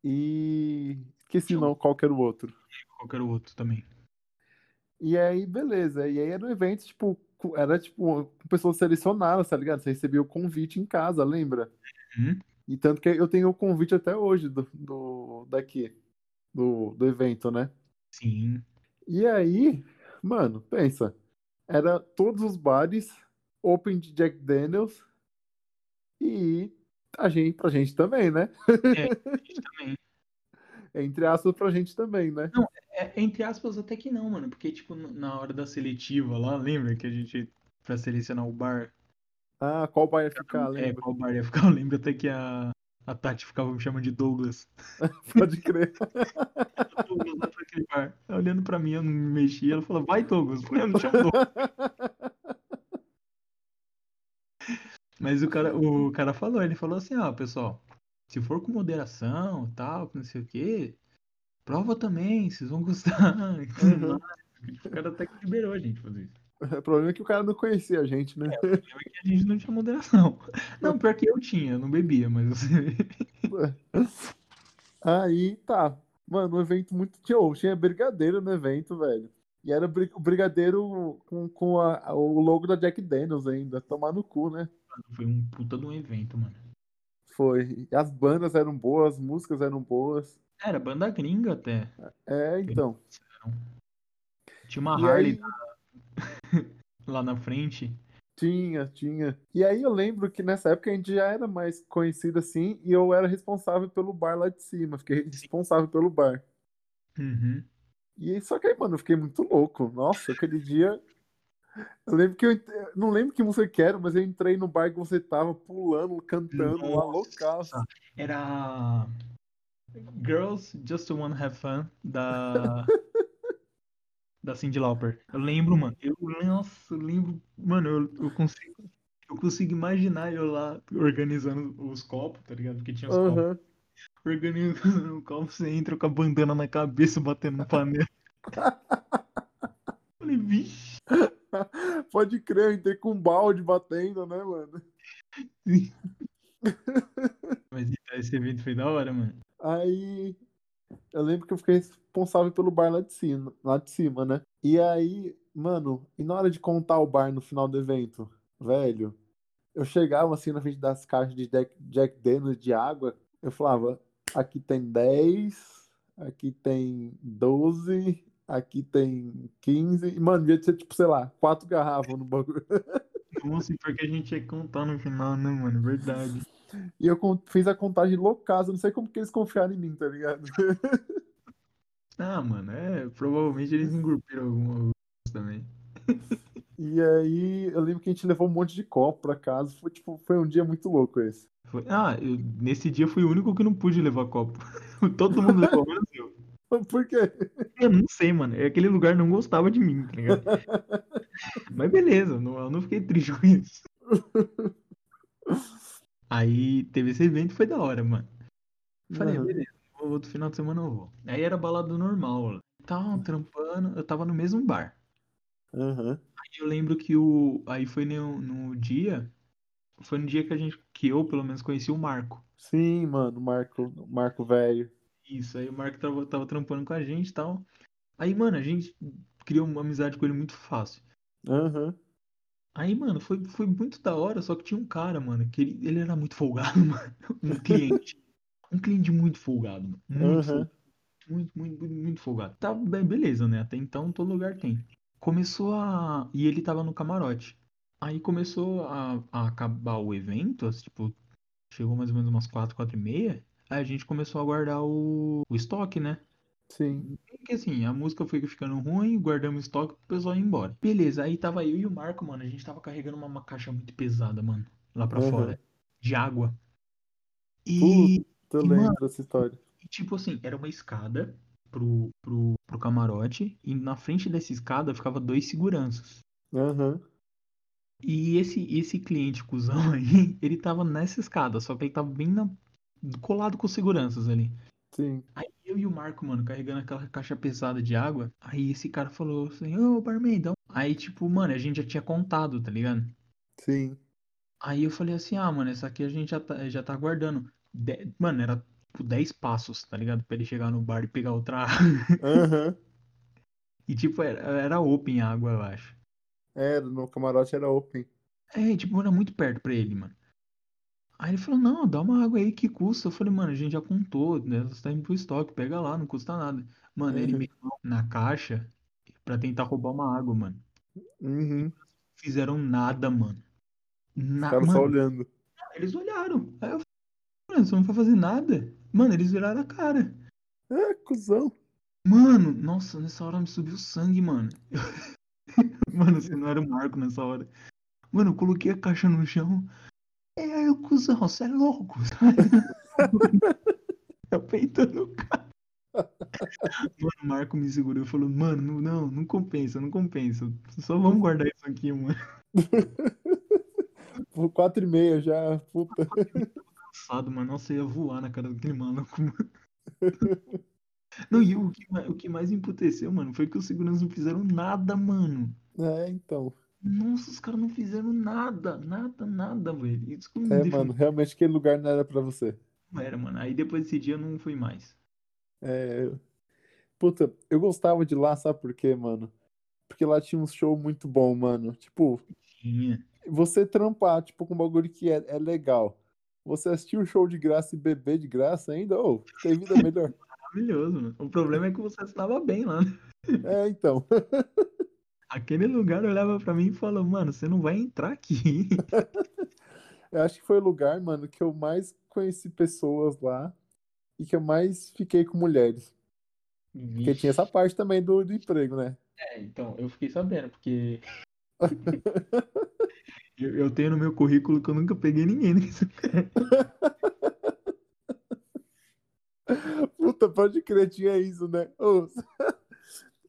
Speaker 2: e... esqueci não qual que era o outro.
Speaker 3: Qualquer outro também.
Speaker 2: E aí, beleza. E aí era um evento, tipo, cu- era tipo, com pessoas selecionadas, tá ligado? Você recebia o convite em casa, lembra?
Speaker 3: Uhum.
Speaker 2: E tanto que eu tenho o convite até hoje do, do daqui, do, do evento, né?
Speaker 3: Sim.
Speaker 2: E aí, mano, pensa. Era todos os bares, open de Jack Daniels e a gente, pra gente também, né?
Speaker 3: É, A gente também.
Speaker 2: Entre aspas, pra gente também, né?
Speaker 3: É, entre aspas, até que não, mano. Porque, tipo, n- na hora da seletiva lá, lembra que a gente, pra selecionar o bar,
Speaker 2: Ah, qual bar ia ficar,
Speaker 3: é,
Speaker 2: lembra?
Speaker 3: qual bar ia ficar, eu lembro até que a, a Tati ficava me chamando de Douglas.
Speaker 2: Pode crer.
Speaker 3: Douglas lá pra aquele bar. Ela Olhando pra mim, eu não me mexia. Ela falou, vai, Douglas. Eu falei, "Eu não chamo Douglas. Mas o cara, o cara falou, ele falou assim, ó, pessoal, se for com moderação, tal, não sei o quê, prova também, vocês vão gostar. Então,
Speaker 2: Uhum.
Speaker 3: O cara até que liberou a gente fazer isso.
Speaker 2: O problema é que o cara não conhecia a gente, né?
Speaker 3: problema é que a gente não tinha moderação. Não, pior que eu tinha, eu não bebia, mas você. É.
Speaker 2: Aí tá. Mano, um evento muito. Tinha, oh, tinha brigadeiro no evento, velho. E era bri- o brigadeiro com, com a- o logo da Jack Daniels ainda. Tomar no cu, né?
Speaker 3: Foi um puta de um evento, mano.
Speaker 2: Foi. E as bandas eram boas, as músicas eram boas.
Speaker 3: Era banda gringa até.
Speaker 2: É, então.
Speaker 3: Tinha uma
Speaker 2: E
Speaker 3: Harley
Speaker 2: aí,
Speaker 3: lá na frente.
Speaker 2: tinha, tinha. E aí eu lembro que nessa época a gente já era mais conhecido assim. E eu era responsável pelo bar lá de cima. Fiquei responsável pelo bar.
Speaker 3: Uhum.
Speaker 2: E aí, só que aí, mano, eu fiquei muito louco. Nossa, aquele dia. Eu lembro que eu. ent- eu Não lembro que música que era, mas eu entrei no bar que você tava pulando, cantando lá, loucaço.
Speaker 3: Era. Girls Just Wanna Have Fun da. da Cindy Lauper. Eu lembro, mano. Eu, nossa, eu lembro. Mano, eu, eu consigo. Eu consigo imaginar eu lá organizando os copos, tá ligado? Porque tinha os copos.
Speaker 2: Aham.
Speaker 3: Organizando o copo, você entra com a bandana na cabeça batendo no panela. Falei, vixe.
Speaker 2: Pode crer, eu entrei com um balde batendo, né, mano?
Speaker 3: Mas então, esse evento foi da hora, mano.
Speaker 2: Aí. Eu lembro que eu fiquei responsável pelo bar lá de cima, lá de cima, né? E aí, mano, e na hora de contar o bar no final do evento, velho, eu chegava assim na frente das caixas de Jack, Jack Daniels de água, eu falava, aqui tem 10, aqui tem 12, Aqui tem 15. E, mano, devia ter, tipo, sei lá, quatro garrafas no bagulho.
Speaker 3: Nossa, e pior que a gente ia contar no final, né, mano? Verdade.
Speaker 2: E eu con- fiz a contagem loucasa. Não sei como que eles confiaram em mim, tá ligado?
Speaker 3: Ah, mano, é. Provavelmente eles engrupiram alguma coisa também.
Speaker 2: E aí, eu lembro que a gente levou um monte de copo pra casa. Foi, tipo, foi um dia muito louco esse.
Speaker 3: Foi- Ah, eu- nesse dia fui o único que não pude levar copo. Todo mundo levou, menos eu.
Speaker 2: Por quê?
Speaker 3: Eu não sei, mano. é Aquele lugar não gostava de mim, tá ligado? Mas beleza, não, eu não fiquei triste com isso. Aí teve esse evento, foi da hora, mano. Falei,
Speaker 2: Uhum.
Speaker 3: beleza, vou- outro final de semana eu vou. Aí era balada normal. lá. Tava trampando, eu tava no mesmo bar.
Speaker 2: Aham.
Speaker 3: Aí eu lembro que o. Aí foi no, no dia. Foi no dia que a gente. Que eu, pelo menos, conheci o Marco.
Speaker 2: Sim, mano, Marco, Marco velho.
Speaker 3: Isso, aí o Marco tava, tava trampando com a gente e tal. Aí, mano, a gente criou uma amizade com ele muito fácil.
Speaker 2: Aham.
Speaker 3: Aí, mano, foi, foi muito da hora, só que tinha um cara, mano, que ele, ele era muito folgado, mano. Um cliente. Um cliente muito folgado, mano. Muito,
Speaker 2: Aham.
Speaker 3: folgado, muito, muito, muito, muito folgado. Tá, be- beleza, né? Até então todo lugar tem. Começou a. E ele tava no camarote. Aí começou a, a acabar o evento, as, tipo, chegou mais ou menos umas quatro, quatro e meia. Aí a gente começou a guardar o, o estoque, né?
Speaker 2: Sim.
Speaker 3: Porque assim, a música foi ficando ruim, guardamos estoque pro pessoal ir embora. Beleza, aí tava eu e o Marco, mano. A gente tava carregando uma, uma caixa muito pesada, mano. Lá pra
Speaker 2: Aham.
Speaker 3: fora. De água. E,
Speaker 2: Puta, eu
Speaker 3: E,
Speaker 2: lembro
Speaker 3: mano,
Speaker 2: dessa história.
Speaker 3: e, tipo assim, era uma escada pro, pro, pro camarote. E na frente dessa escada ficava dois seguranças.
Speaker 2: Aham.
Speaker 3: E esse, esse cliente cuzão aí, ele tava nessa escada, só que ele tava bem na- colado com os seguranças ali.
Speaker 2: Sim.
Speaker 3: Aí eu e o Marco, mano, carregando aquela caixa pesada de água. Aí esse cara falou assim, ô, barman, dá um... Aí, tipo, mano, a gente já tinha contado, tá ligado?
Speaker 2: Sim.
Speaker 3: Aí eu falei assim, ah, mano, essa aqui a gente já tá, já tá guardando. De- Mano, era tipo 10 passos, tá ligado? Pra ele chegar no bar e pegar outra água.
Speaker 2: Aham.
Speaker 3: E, tipo, era, era open a água, eu acho.
Speaker 2: Era, no camarote era open.
Speaker 3: É, e, tipo, era muito perto pra ele, mano. Aí ele falou, não, dá uma água aí que custa. Eu falei, mano, a gente já contou, né? Você tá indo pro estoque, pega lá, não custa nada. Mano, ele
Speaker 2: Uhum.
Speaker 3: meteu na caixa pra tentar roubar uma água, mano.
Speaker 2: Uhum.
Speaker 3: Fizeram nada, mano. Na...
Speaker 2: Ficaram só
Speaker 3: mano,
Speaker 2: olhando.
Speaker 3: eles olharam. Aí eu falei, mano, você não vai fazer nada. Mano, eles viraram a cara.
Speaker 2: Ah, cuzão.
Speaker 3: Mano, nossa, nessa hora me subiu sangue, mano. Mano, você não era o Marco nessa hora. Mano, eu coloquei a caixa no chão. É aí, o cuzão, você é louco. sabe? Eu peitando o cara. Mano, o Marco me segurou e falou, mano, não, não, não compensa, não compensa. Só vamos guardar isso aqui, mano.
Speaker 2: Pô, Quatro e meia já. Puta.
Speaker 3: Passado, mano, nossa, eu ia voar na cara daquele maluco, mano. Não, e o que, mais- o que mais emputeceu, mano, foi que os seguranças não fizeram nada, mano.
Speaker 2: É, então.
Speaker 3: Nossa, os caras não fizeram nada, nada, nada, velho. Isso que me
Speaker 2: É,
Speaker 3: deixou-
Speaker 2: mano, realmente aquele lugar não era pra você.
Speaker 3: Não era, mano. Aí depois desse dia eu não fui mais.
Speaker 2: É. Puta, eu gostava de lá, sabe por quê, mano? Porque lá tinha um show muito bom, mano. Tipo,
Speaker 3: Tinha.
Speaker 2: você trampar, tipo, com um bagulho que é, é legal. Você assistir o show de graça e beber de graça ainda, ô, tem vida melhor.
Speaker 3: Maravilhoso, mano. O problema é que você estava bem lá. né?
Speaker 2: É, então.
Speaker 3: Aquele lugar olhava pra mim e falou, mano, você não vai entrar aqui.
Speaker 2: Eu acho que foi o lugar, mano, que eu mais conheci pessoas lá e que eu mais fiquei com mulheres. Porque tinha essa parte também do, do emprego, né?
Speaker 3: É, então, eu fiquei sabendo, porque. eu, eu tenho no meu currículo que eu nunca peguei ninguém. Né?
Speaker 2: Puta, pode crer, tinha isso, né? Ô,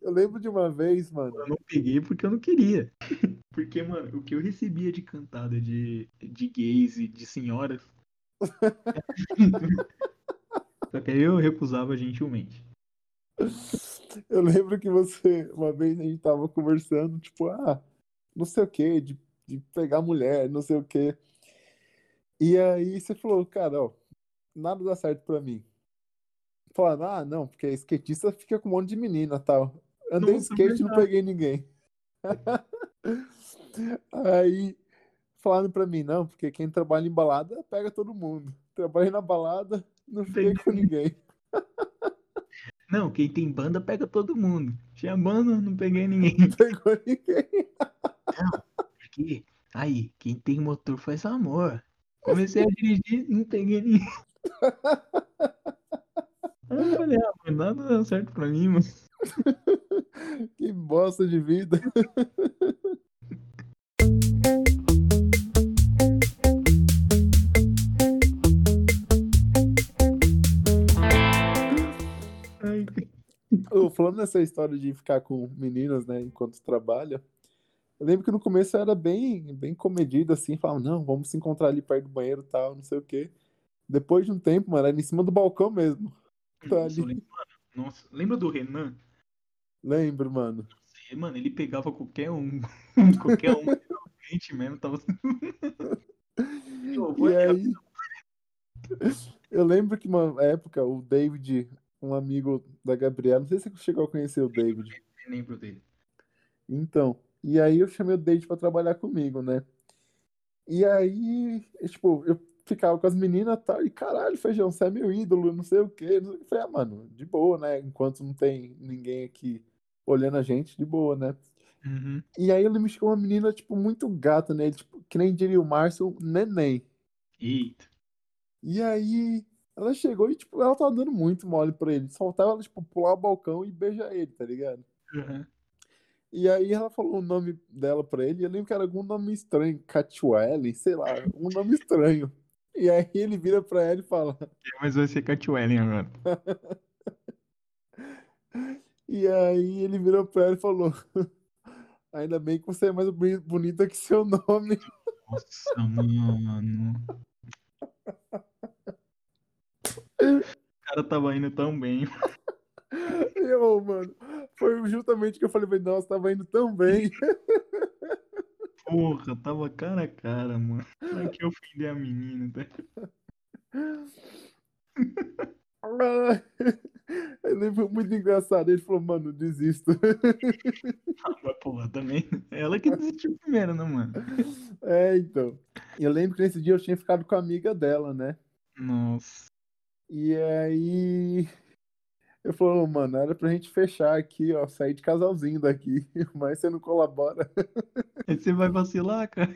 Speaker 2: eu lembro de uma vez, mano.
Speaker 3: Eu não peguei porque eu não queria. Porque, mano, o que eu recebia de cantada de, de gays e de senhoras. Só que aí eu recusava gentilmente.
Speaker 2: Eu lembro que você, uma vez a gente tava conversando, tipo, ah, não sei o quê, de, de pegar mulher, não sei o quê. E aí você falou, cara, ó, nada dá certo pra mim. Falaram, ah, não, porque skatista fica com um monte de menina tal. Andei de
Speaker 3: Nossa,
Speaker 2: skate e não peguei ninguém. aí falaram pra mim, não, porque quem trabalha em balada pega todo mundo. Trabalhei na balada, não fiquei
Speaker 3: Peguei
Speaker 2: com ninguém.
Speaker 3: Não, quem tem banda pega todo mundo. Tinha banda, não peguei ninguém.
Speaker 2: Pegou ninguém.
Speaker 3: Aqui. Aí, quem tem motor faz amor. Comecei a dirigir, não peguei ninguém. Aí eu falei, ah, mano, nada deu certo pra mim, mano.
Speaker 2: Que bosta de vida.
Speaker 3: Ai, que-
Speaker 2: Ô, Falando nessa história de ficar com meninas, né, enquanto trabalha, eu lembro que no começo eu era bem, bem comedido, assim, falava, não, vamos se encontrar ali perto do banheiro e tal, não sei o quê. Depois de um tempo, mano, era em cima do balcão mesmo. Tá
Speaker 3: Nossa,
Speaker 2: ali.
Speaker 3: lembra- mano, Nossa, lembra do Renan?
Speaker 2: Lembro, mano.
Speaker 3: Mano, ele pegava qualquer um, qualquer um, realmente mesmo, tava... assim. Meu avô
Speaker 2: E
Speaker 3: era-
Speaker 2: aí, eu lembro que uma época o David, um amigo da Gabriela, não sei se você chegou a conhecer o David.
Speaker 3: Eu lembro dele.
Speaker 2: Então, e aí eu chamei o David pra trabalhar comigo, né? E aí, eu, tipo, eu ficava com as meninas e tal, e caralho, Feijão, você é meu ídolo, não sei o quê. não sei o quê. Eu falei, ah, mano, de boa, né? Enquanto não tem ninguém aqui olhando a gente, de boa, né?
Speaker 3: Uhum.
Speaker 2: E aí eu lembro que uma menina, tipo, muito gata, né? Tipo, que nem diria o Márcio, neném.
Speaker 3: Eita.
Speaker 2: E aí ela chegou e, tipo, ela tava dando muito mole pra ele. Soltava ela, tipo, pular o balcão e beijar ele, tá ligado?
Speaker 3: Uhum.
Speaker 2: E aí ela falou o nome dela pra ele, e eu lembro que era algum nome estranho, Catuelle, sei lá, um nome estranho. E aí ele vira pra ela e fala,
Speaker 3: Mas vai ser Cat Wellen agora.
Speaker 2: e aí ele virou pra ela e falou, ainda bem que você é mais boni- bonita que seu nome.
Speaker 3: Nossa, mano. O cara tava indo tão bem.
Speaker 2: E eu, mano, foi justamente que eu falei, nossa, tava indo tão bem.
Speaker 3: Porra, tava cara a cara, mano. Pra que eu ofender a menina, tá?
Speaker 2: Ah, Ele foi muito engraçado, ele falou, mano, desisto.
Speaker 3: Mas, porra, também. Ela que desistiu primeiro, né, mano?
Speaker 2: É, então. E eu lembro que nesse dia eu tinha ficado com a amiga dela, né?
Speaker 3: Nossa.
Speaker 2: E aí eu falei, "Ô, mano, era pra gente fechar aqui, ó, sair de casalzinho daqui, mas você não colabora.
Speaker 3: Aí Você vai vacilar, cara?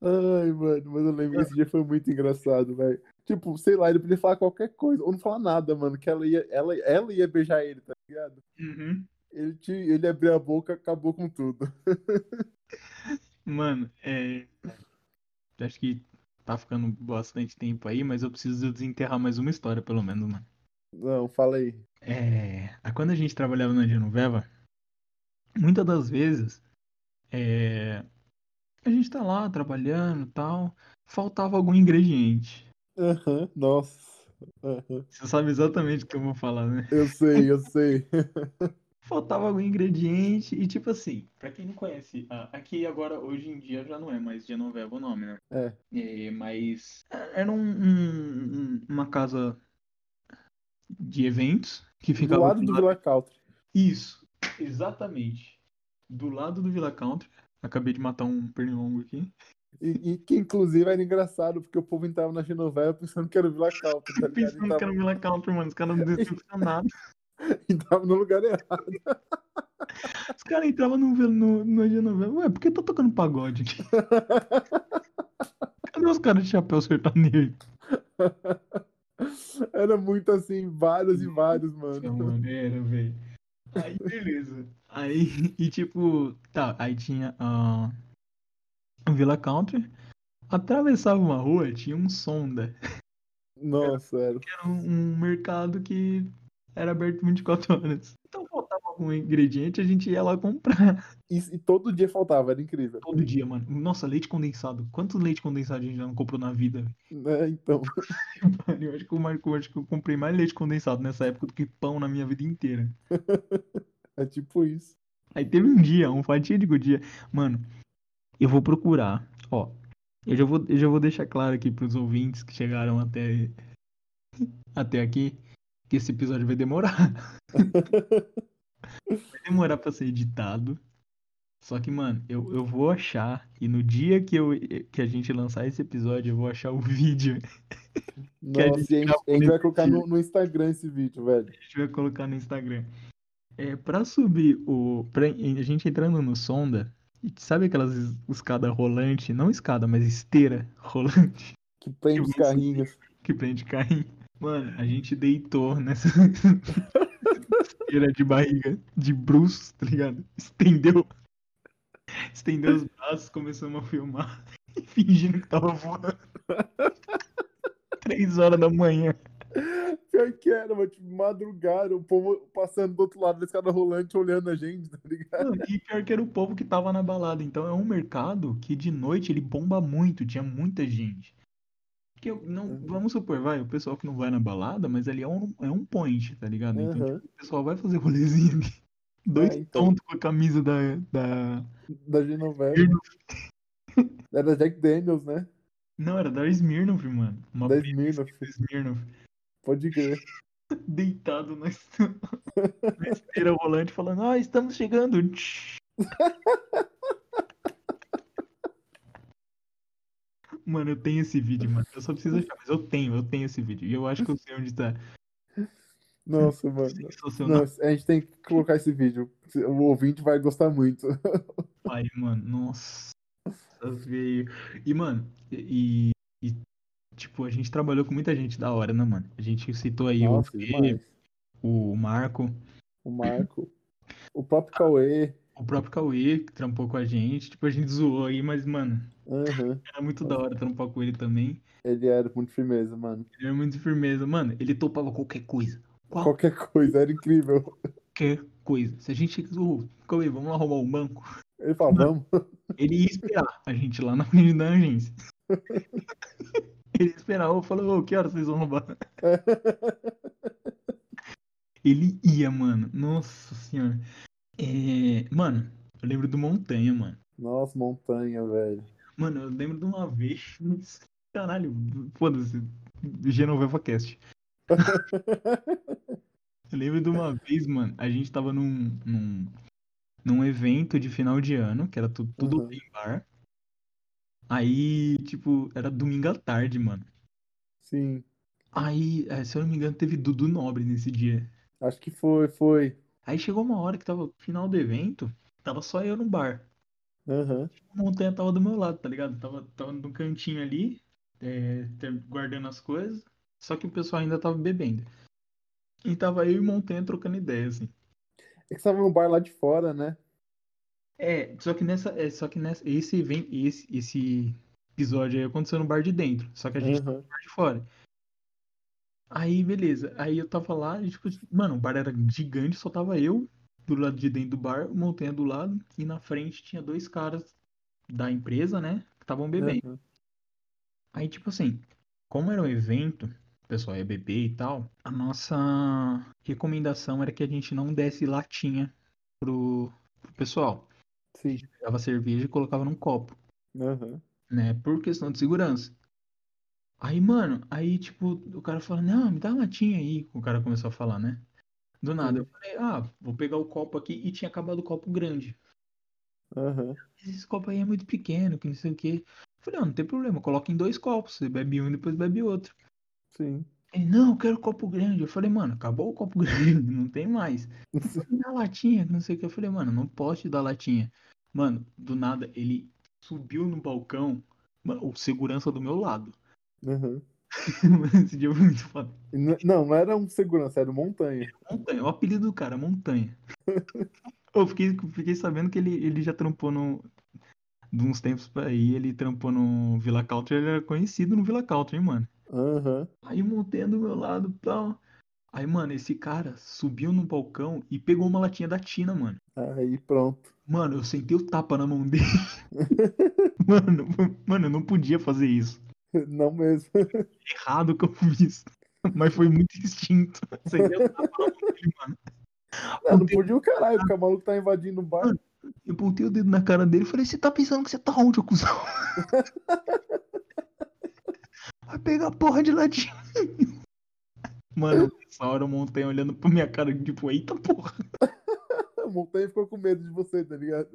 Speaker 2: Ai, mano, mas eu lembro que esse dia foi muito engraçado, velho. Tipo, sei lá, ele podia falar qualquer coisa, ou não falar nada, mano, que ela ia, ela, ela ia beijar ele, tá ligado?
Speaker 3: Uhum.
Speaker 2: Ele, te, ele abriu a boca, acabou com tudo.
Speaker 3: Mano, é. Acho que tá ficando bastante tempo aí, mas eu preciso desenterrar mais uma história, pelo menos, mano.
Speaker 2: Não, fala aí.
Speaker 3: É. a- Quando a gente trabalhava na Genoveva, muitas das vezes, é. A gente tá lá trabalhando e tal, faltava algum ingrediente.
Speaker 2: Aham, nossa. Aham.
Speaker 3: Você sabe exatamente o que eu vou falar, né?
Speaker 2: Eu sei, eu sei.
Speaker 3: Faltava algum ingrediente e, tipo assim, pra quem não conhece, a- aqui agora, hoje em dia, já não é mais Genoveva o nome, né?
Speaker 2: É.
Speaker 3: É, mas é- era um- um- um- uma casa de eventos que
Speaker 2: Do
Speaker 3: ficava
Speaker 2: lado
Speaker 3: do
Speaker 2: do
Speaker 3: lado-
Speaker 2: Villa Country.
Speaker 3: Isso, exatamente. Do lado do Villa Country. Acabei de matar um pernilongo aqui.
Speaker 2: E, e que inclusive era engraçado, porque o povo entrava na Genoveva pensando que era o Villa Country, tá ligado? E
Speaker 3: Pensando
Speaker 2: tava-
Speaker 3: que era um Villa Country, mano. Os caras não decepcionados.
Speaker 2: E tava no lugar errado.
Speaker 3: Os caras entravam no, Vila- no, no Genoveva. Ué, por que tá tocando pagode aqui? Cadê os caras de chapéu sertanejo?
Speaker 2: Era muito assim, vários e vários,
Speaker 3: Essa
Speaker 2: mano.
Speaker 3: maneira, velho. Aí, beleza. Aí, e tipo, tá, aí tinha a Villa Country. Atravessava uma rua, tinha um sonda.
Speaker 2: Nossa, era.
Speaker 3: Era um, um mercado que era aberto 24 horas. Então faltava algum ingrediente, a gente ia lá comprar.
Speaker 2: E, e todo dia faltava, era incrível.
Speaker 3: Todo dia, mano. Nossa, leite condensado. Quanto leite condensado a gente já não comprou na vida? velho?
Speaker 2: Né? Então,
Speaker 3: Mano, eu acho que eu, marco, acho que eu comprei mais leite condensado nessa época do que pão na minha vida inteira.
Speaker 2: é tipo isso.
Speaker 3: Aí teve um dia, um fatídico dia. Mano, eu vou procurar. Ó, eu já vou, eu já vou deixar claro aqui pros ouvintes que chegaram até, até aqui que esse episódio vai demorar. Vai demorar pra ser editado. Só que, mano, eu, eu vou achar. E no dia que, eu, que a gente lançar esse episódio, eu vou achar o vídeo
Speaker 2: Nossa, e a gente, a gente vai colocar no, no Instagram esse vídeo, velho.
Speaker 3: A gente vai colocar no Instagram. É, pra subir o. pra- a gente entrando no sonda, e sabe aquelas es- escada rolante? Não escada, mas esteira rolante
Speaker 2: Que prende os carrinhos.
Speaker 3: que prende carrinho. Mano, a gente deitou nessa esteira de barriga, de bruços, tá ligado? Estendeu. Estendeu os braços, começamos a filmar, fingindo que tava voando. Três horas da manhã.
Speaker 2: Pior que era, mas tipo, madrugaram, o povo passando do outro lado da escada rolante olhando a gente, tá ligado?
Speaker 3: Não, E pior que era o povo que tava na balada. Então é um mercado que de noite ele bomba muito, tinha muita gente. Que eu não,
Speaker 2: Uhum.
Speaker 3: vamos supor, vai, o pessoal que não vai na balada, mas ali é um, é um point, tá ligado? Então
Speaker 2: Aham.
Speaker 3: o pessoal vai fazer rolezinho ali. Dois
Speaker 2: Uhum. então.
Speaker 3: tontos com a camisa da, da.
Speaker 2: Da Genoveva. Era Jack Daniels, né?
Speaker 3: Não, era da Smirnoff, mano. Uma
Speaker 2: Da
Speaker 3: preta
Speaker 2: Smirnoff.
Speaker 3: da Smirnoff.
Speaker 2: Pode crer.
Speaker 3: Deitado na, est- na esteira rolante, falando: Ah, estamos chegando. Mano, eu tenho esse vídeo, mano. Eu só preciso achar, mas eu tenho, eu tenho esse vídeo. E eu acho que eu sei onde tá.
Speaker 2: Nossa, mano.
Speaker 3: Sensacional.
Speaker 2: Nossa, a gente tem que colocar esse vídeo. O ouvinte vai gostar muito.
Speaker 3: Pai, tá, mano, nossa, veio. E, mano, e, e, tipo, a gente trabalhou com muita gente da hora, né, mano? A gente citou aí
Speaker 2: Nossa,
Speaker 3: o, Fê,
Speaker 2: demais.
Speaker 3: o Marco,
Speaker 2: O Marco. O próprio Cauê.
Speaker 3: o próprio Cauê, que trampou com a gente. Tipo, a gente zoou aí, mas, mano,
Speaker 2: Aham.
Speaker 3: era É muito da hora trampar com ele também.
Speaker 2: Ele era muito firmeza, mano.
Speaker 3: Ele era muito firmeza. Mano, ele topava qualquer coisa.
Speaker 2: Qualquer coisa, era incrível.
Speaker 3: Qualquer coisa. Se a gente. Ô, Cauê, vamos lá roubar um banco.
Speaker 2: Ele falava, vamos.
Speaker 3: Ele ia esperar a gente lá na frente da agência. Ele ia esperar, eu falei, ô, que hora vocês vão roubar? Ele ia, mano. Nossa senhora. É, Mano, eu lembro do Montanha, mano.
Speaker 2: Nossa, montanha, velho.
Speaker 3: Mano, eu lembro de uma vez. Caralho, foda-se. Genoveva Cast. Eu lembro de uma vez, mano, a gente tava num, num, num evento de final de ano, que era tu- tudo
Speaker 2: Uhum.
Speaker 3: open bar. Aí, tipo, era domingo à tarde, mano.
Speaker 2: Sim.
Speaker 3: Aí, eh, se eu não me engano, teve Dudu Nobre nesse dia.
Speaker 2: Acho que foi, foi.
Speaker 3: Aí chegou uma hora que tava final do evento, tava só eu no bar.
Speaker 2: Aham.
Speaker 3: O Montanha tava do meu lado, tá ligado? Tava, tava no cantinho ali, eh, ter- guardando as coisas. Só que o pessoal ainda tava bebendo. E tava eu e o Montanha trocando ideia, assim.
Speaker 2: É que tava no bar lá de fora, né?
Speaker 3: É, só que nessa, é, só que nessa, esse evento, esse, esse episódio aí aconteceu no bar de dentro, só que a gente tá
Speaker 2: Aham.
Speaker 3: no bar de fora. Aí, beleza. Aí eu tava lá, e, tipo, mano, o bar era gigante, só tava eu do lado de dentro do bar, o Montanha do lado, e na frente tinha dois caras da empresa, né, que estavam bebendo.
Speaker 2: Aham.
Speaker 3: Aí, tipo assim, como era um evento, o pessoal ia beber e tal, a nossa recomendação era que a gente não desse latinha pro, pro pessoal
Speaker 2: Sim.
Speaker 3: pegava a cerveja e colocava num copo,
Speaker 2: Aham.
Speaker 3: né? Por questão de segurança. Aí, mano, aí, tipo, o cara fala, não, me dá uma latinha aí. O cara começou a falar, né? Do nada, eu falei, ah, vou pegar o copo aqui e tinha acabado o copo grande.
Speaker 2: Aham.
Speaker 3: Mas Esse copo aí é muito pequeno, que não sei o quê. Eu falei, não, não tem problema, coloca em dois copos, você bebe um e depois bebe outro.
Speaker 2: Sim.
Speaker 3: Ele, não, eu quero copo grande. Eu falei, mano, acabou o copo grande, não tem mais. Me dá latinha, que não sei o que. Eu falei, mano, não posso te dar latinha. Mano, do nada, ele subiu no balcão, mano, o segurança do meu lado.
Speaker 2: Aham.
Speaker 3: Mano, Esse dia foi muito foda.
Speaker 2: E n- Não, não era um segurança, era um montanha.
Speaker 3: Montanha, o apelido do cara, Montanha. Eu fiquei, fiquei sabendo que ele, ele já trampou no. De uns tempos pra aí, ele trampou no Villa Country, ele era conhecido no Villa Country, hein, mano.
Speaker 2: Aham.
Speaker 3: Aí o Montanha do meu lado, tal. Aí, mano, esse cara subiu no balcão e pegou uma latinha da Tina, mano.
Speaker 2: Aí pronto.
Speaker 3: Mano, eu sentei o tapa na mão dele. mano, mano, eu não podia fazer isso.
Speaker 2: Não mesmo.
Speaker 3: Errado o que eu fiz. Mas foi muito instinto. Sentei o tapa na mão dele, mano.
Speaker 2: Não, não podia o um caralho, porque o maluco tá invadindo o bar.
Speaker 3: Eu pontei o dedo na cara dele e falei, você tá pensando que você tá onde, ô cuzão? Vai pegar a porra de latinha. Mano, nessa hora o Montanha olhando pra minha cara, tipo, eita porra.
Speaker 2: O montanha ficou com medo de você, tá ligado?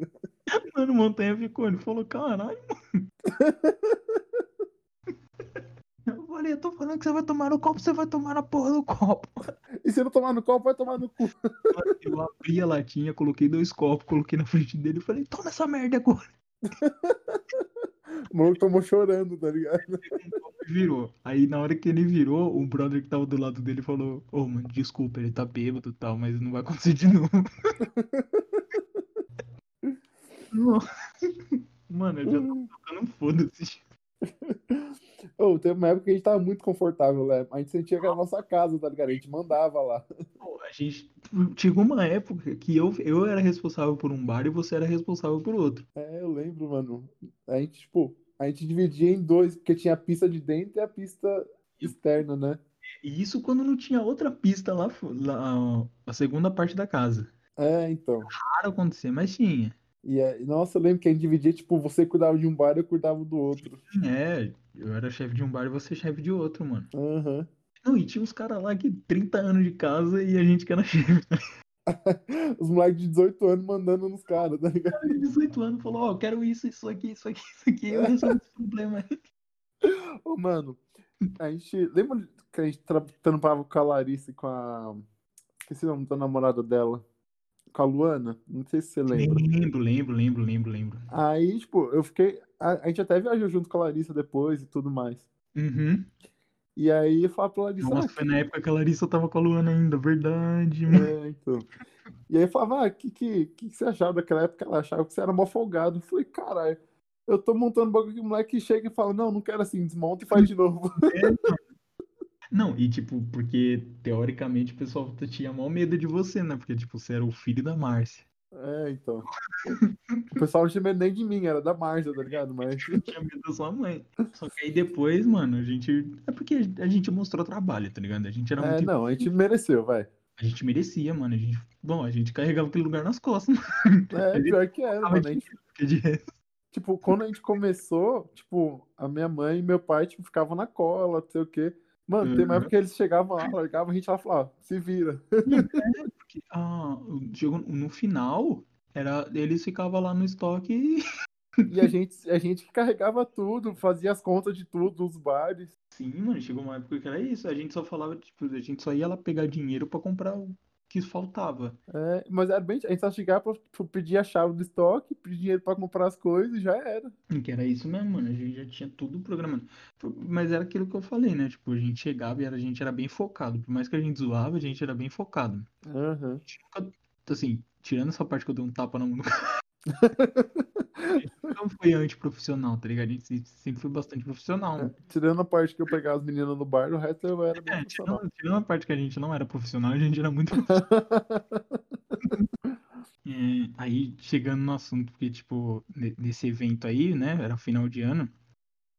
Speaker 3: Mano, o Montanha ficou, ele falou, caralho, mano. Eu falei, falei, eu tô falando que você vai tomar no copo, você vai tomar na porra do copo.
Speaker 2: E se não tomar no copo, vai tomar no cu.
Speaker 3: Eu abri a latinha, coloquei dois copos, coloquei na frente dele e falei, toma essa merda agora.
Speaker 2: O maluco tomou chorando, tá ligado?
Speaker 3: E Virou. Aí na hora que ele virou, o brother que tava do lado dele falou, ô mano, desculpa, ele tá bêbado e tal, mas não vai acontecer de novo. mano, eu já tô tocando um foda-se.
Speaker 2: Ô, teve uma época que a gente tava muito confortável, né? A gente sentia que era a nossa casa, tá ligado? A gente mandava lá.
Speaker 3: Pô, A gente chegou uma época que eu, eu era responsável por um bar e você era responsável por outro.
Speaker 2: É, eu lembro, mano. A gente, tipo, a gente dividia em dois, porque tinha a pista de dentro e a pista externa, né?
Speaker 3: E isso quando não tinha outra pista lá, fo- lá a segunda parte da casa.
Speaker 2: É, então.
Speaker 3: Raro acontecer, mas tinha.
Speaker 2: E é, nossa, eu lembro que a gente dividia, tipo, você cuidava de um bar e eu cuidava do outro.
Speaker 3: É, eu era chefe de um bar e você chefe de outro, mano.
Speaker 2: Aham.
Speaker 3: Não, e tinha uns caras lá que 30 anos de casa e a gente que era chefe.
Speaker 2: Os moleques de 18 anos mandando nos caras, tá ligado?
Speaker 3: 18 anos falou, ó, eu quero isso, isso aqui, isso aqui, isso aqui, eu resolvo esse problema. aí.
Speaker 2: Ô, mano, a gente. Lembra que a gente tra- trampava com a Larissa e com a. Esqueci o nome da namorada dela. Com a Luana? Não sei se você lembra.
Speaker 3: Lembro, lembro, lembro, lembro, lembro.
Speaker 2: Aí, tipo, eu fiquei. A, a gente até viajou junto com a Larissa depois e tudo mais.
Speaker 3: Uhum.
Speaker 2: E aí eu falava pra Larissa.
Speaker 3: Nossa,
Speaker 2: "Ah,
Speaker 3: foi na época que a Larissa tava com a Luana ainda, verdade, mano.
Speaker 2: É, então. E aí eu falava, ah, o que, que, que que você achava daquela época? Ela achava que você era mó folgado. Eu falei, caralho, eu tô montando um bagulho que o moleque chega e fala, não, não quero assim, desmonta e faz de novo.
Speaker 3: Não, e tipo, porque teoricamente o pessoal t- tinha maior medo de você, né? Porque, tipo, você era o filho da Márcia.
Speaker 2: É, então. O pessoal não tinha medo nem de mim, era da Marja, tá ligado? Mas.
Speaker 3: Tinha medo da sua mãe. Só que aí depois, mano, a gente. É porque a gente mostrou trabalho, tá ligado? A gente era
Speaker 2: É,
Speaker 3: muito.
Speaker 2: não, a gente mereceu, vai.
Speaker 3: A gente merecia, mano. A gente... Bom, a gente carregava aquele lugar nas costas, mano.
Speaker 2: É, pior que era, mano. A gente,
Speaker 3: porque de resto-
Speaker 2: tipo, quando a gente começou, tipo, a minha mãe e meu pai, tipo, ficavam na cola, não sei o quê. Mano,
Speaker 3: Uhum.
Speaker 2: tem uma época que eles chegavam lá, largavam, a gente lá falava, ó, se vira.
Speaker 3: Porque, ah, chegou no final, era... eles ficavam lá no estoque e.
Speaker 2: E a gente, a gente que carregava tudo, fazia as contas de tudo, os bares.
Speaker 3: Sim, mano, chegou uma época que era isso. A gente só falava, tipo, a gente só ia lá pegar dinheiro pra comprar o que faltava.
Speaker 2: É, mas era bem. A gente só chegava pra, tipo, pedir a chave do estoque, pedir dinheiro pra comprar as coisas e já era.
Speaker 3: Hum, Que era isso mesmo, mano. A gente já tinha tudo programado. Foi- Mas era aquilo que eu falei, né? Tipo, a gente chegava e era- a gente era bem focado. Por mais que a gente zoava, a gente era bem focado. A gente nunca, assim, tirando essa parte que eu dei um tapa na mão do cara. a gente nunca foi antiprofissional, tá ligado? A gente se- sempre foi bastante profissional. né?
Speaker 2: Tirando a parte que eu pegava as meninas no bar, o resto eu era bem
Speaker 3: É,
Speaker 2: profissional.
Speaker 3: tirando, tirando a parte que a gente não era profissional, a gente era muito. É, aí, chegando no assunto, porque, tipo, ne- nesse evento aí, né? Era final de ano.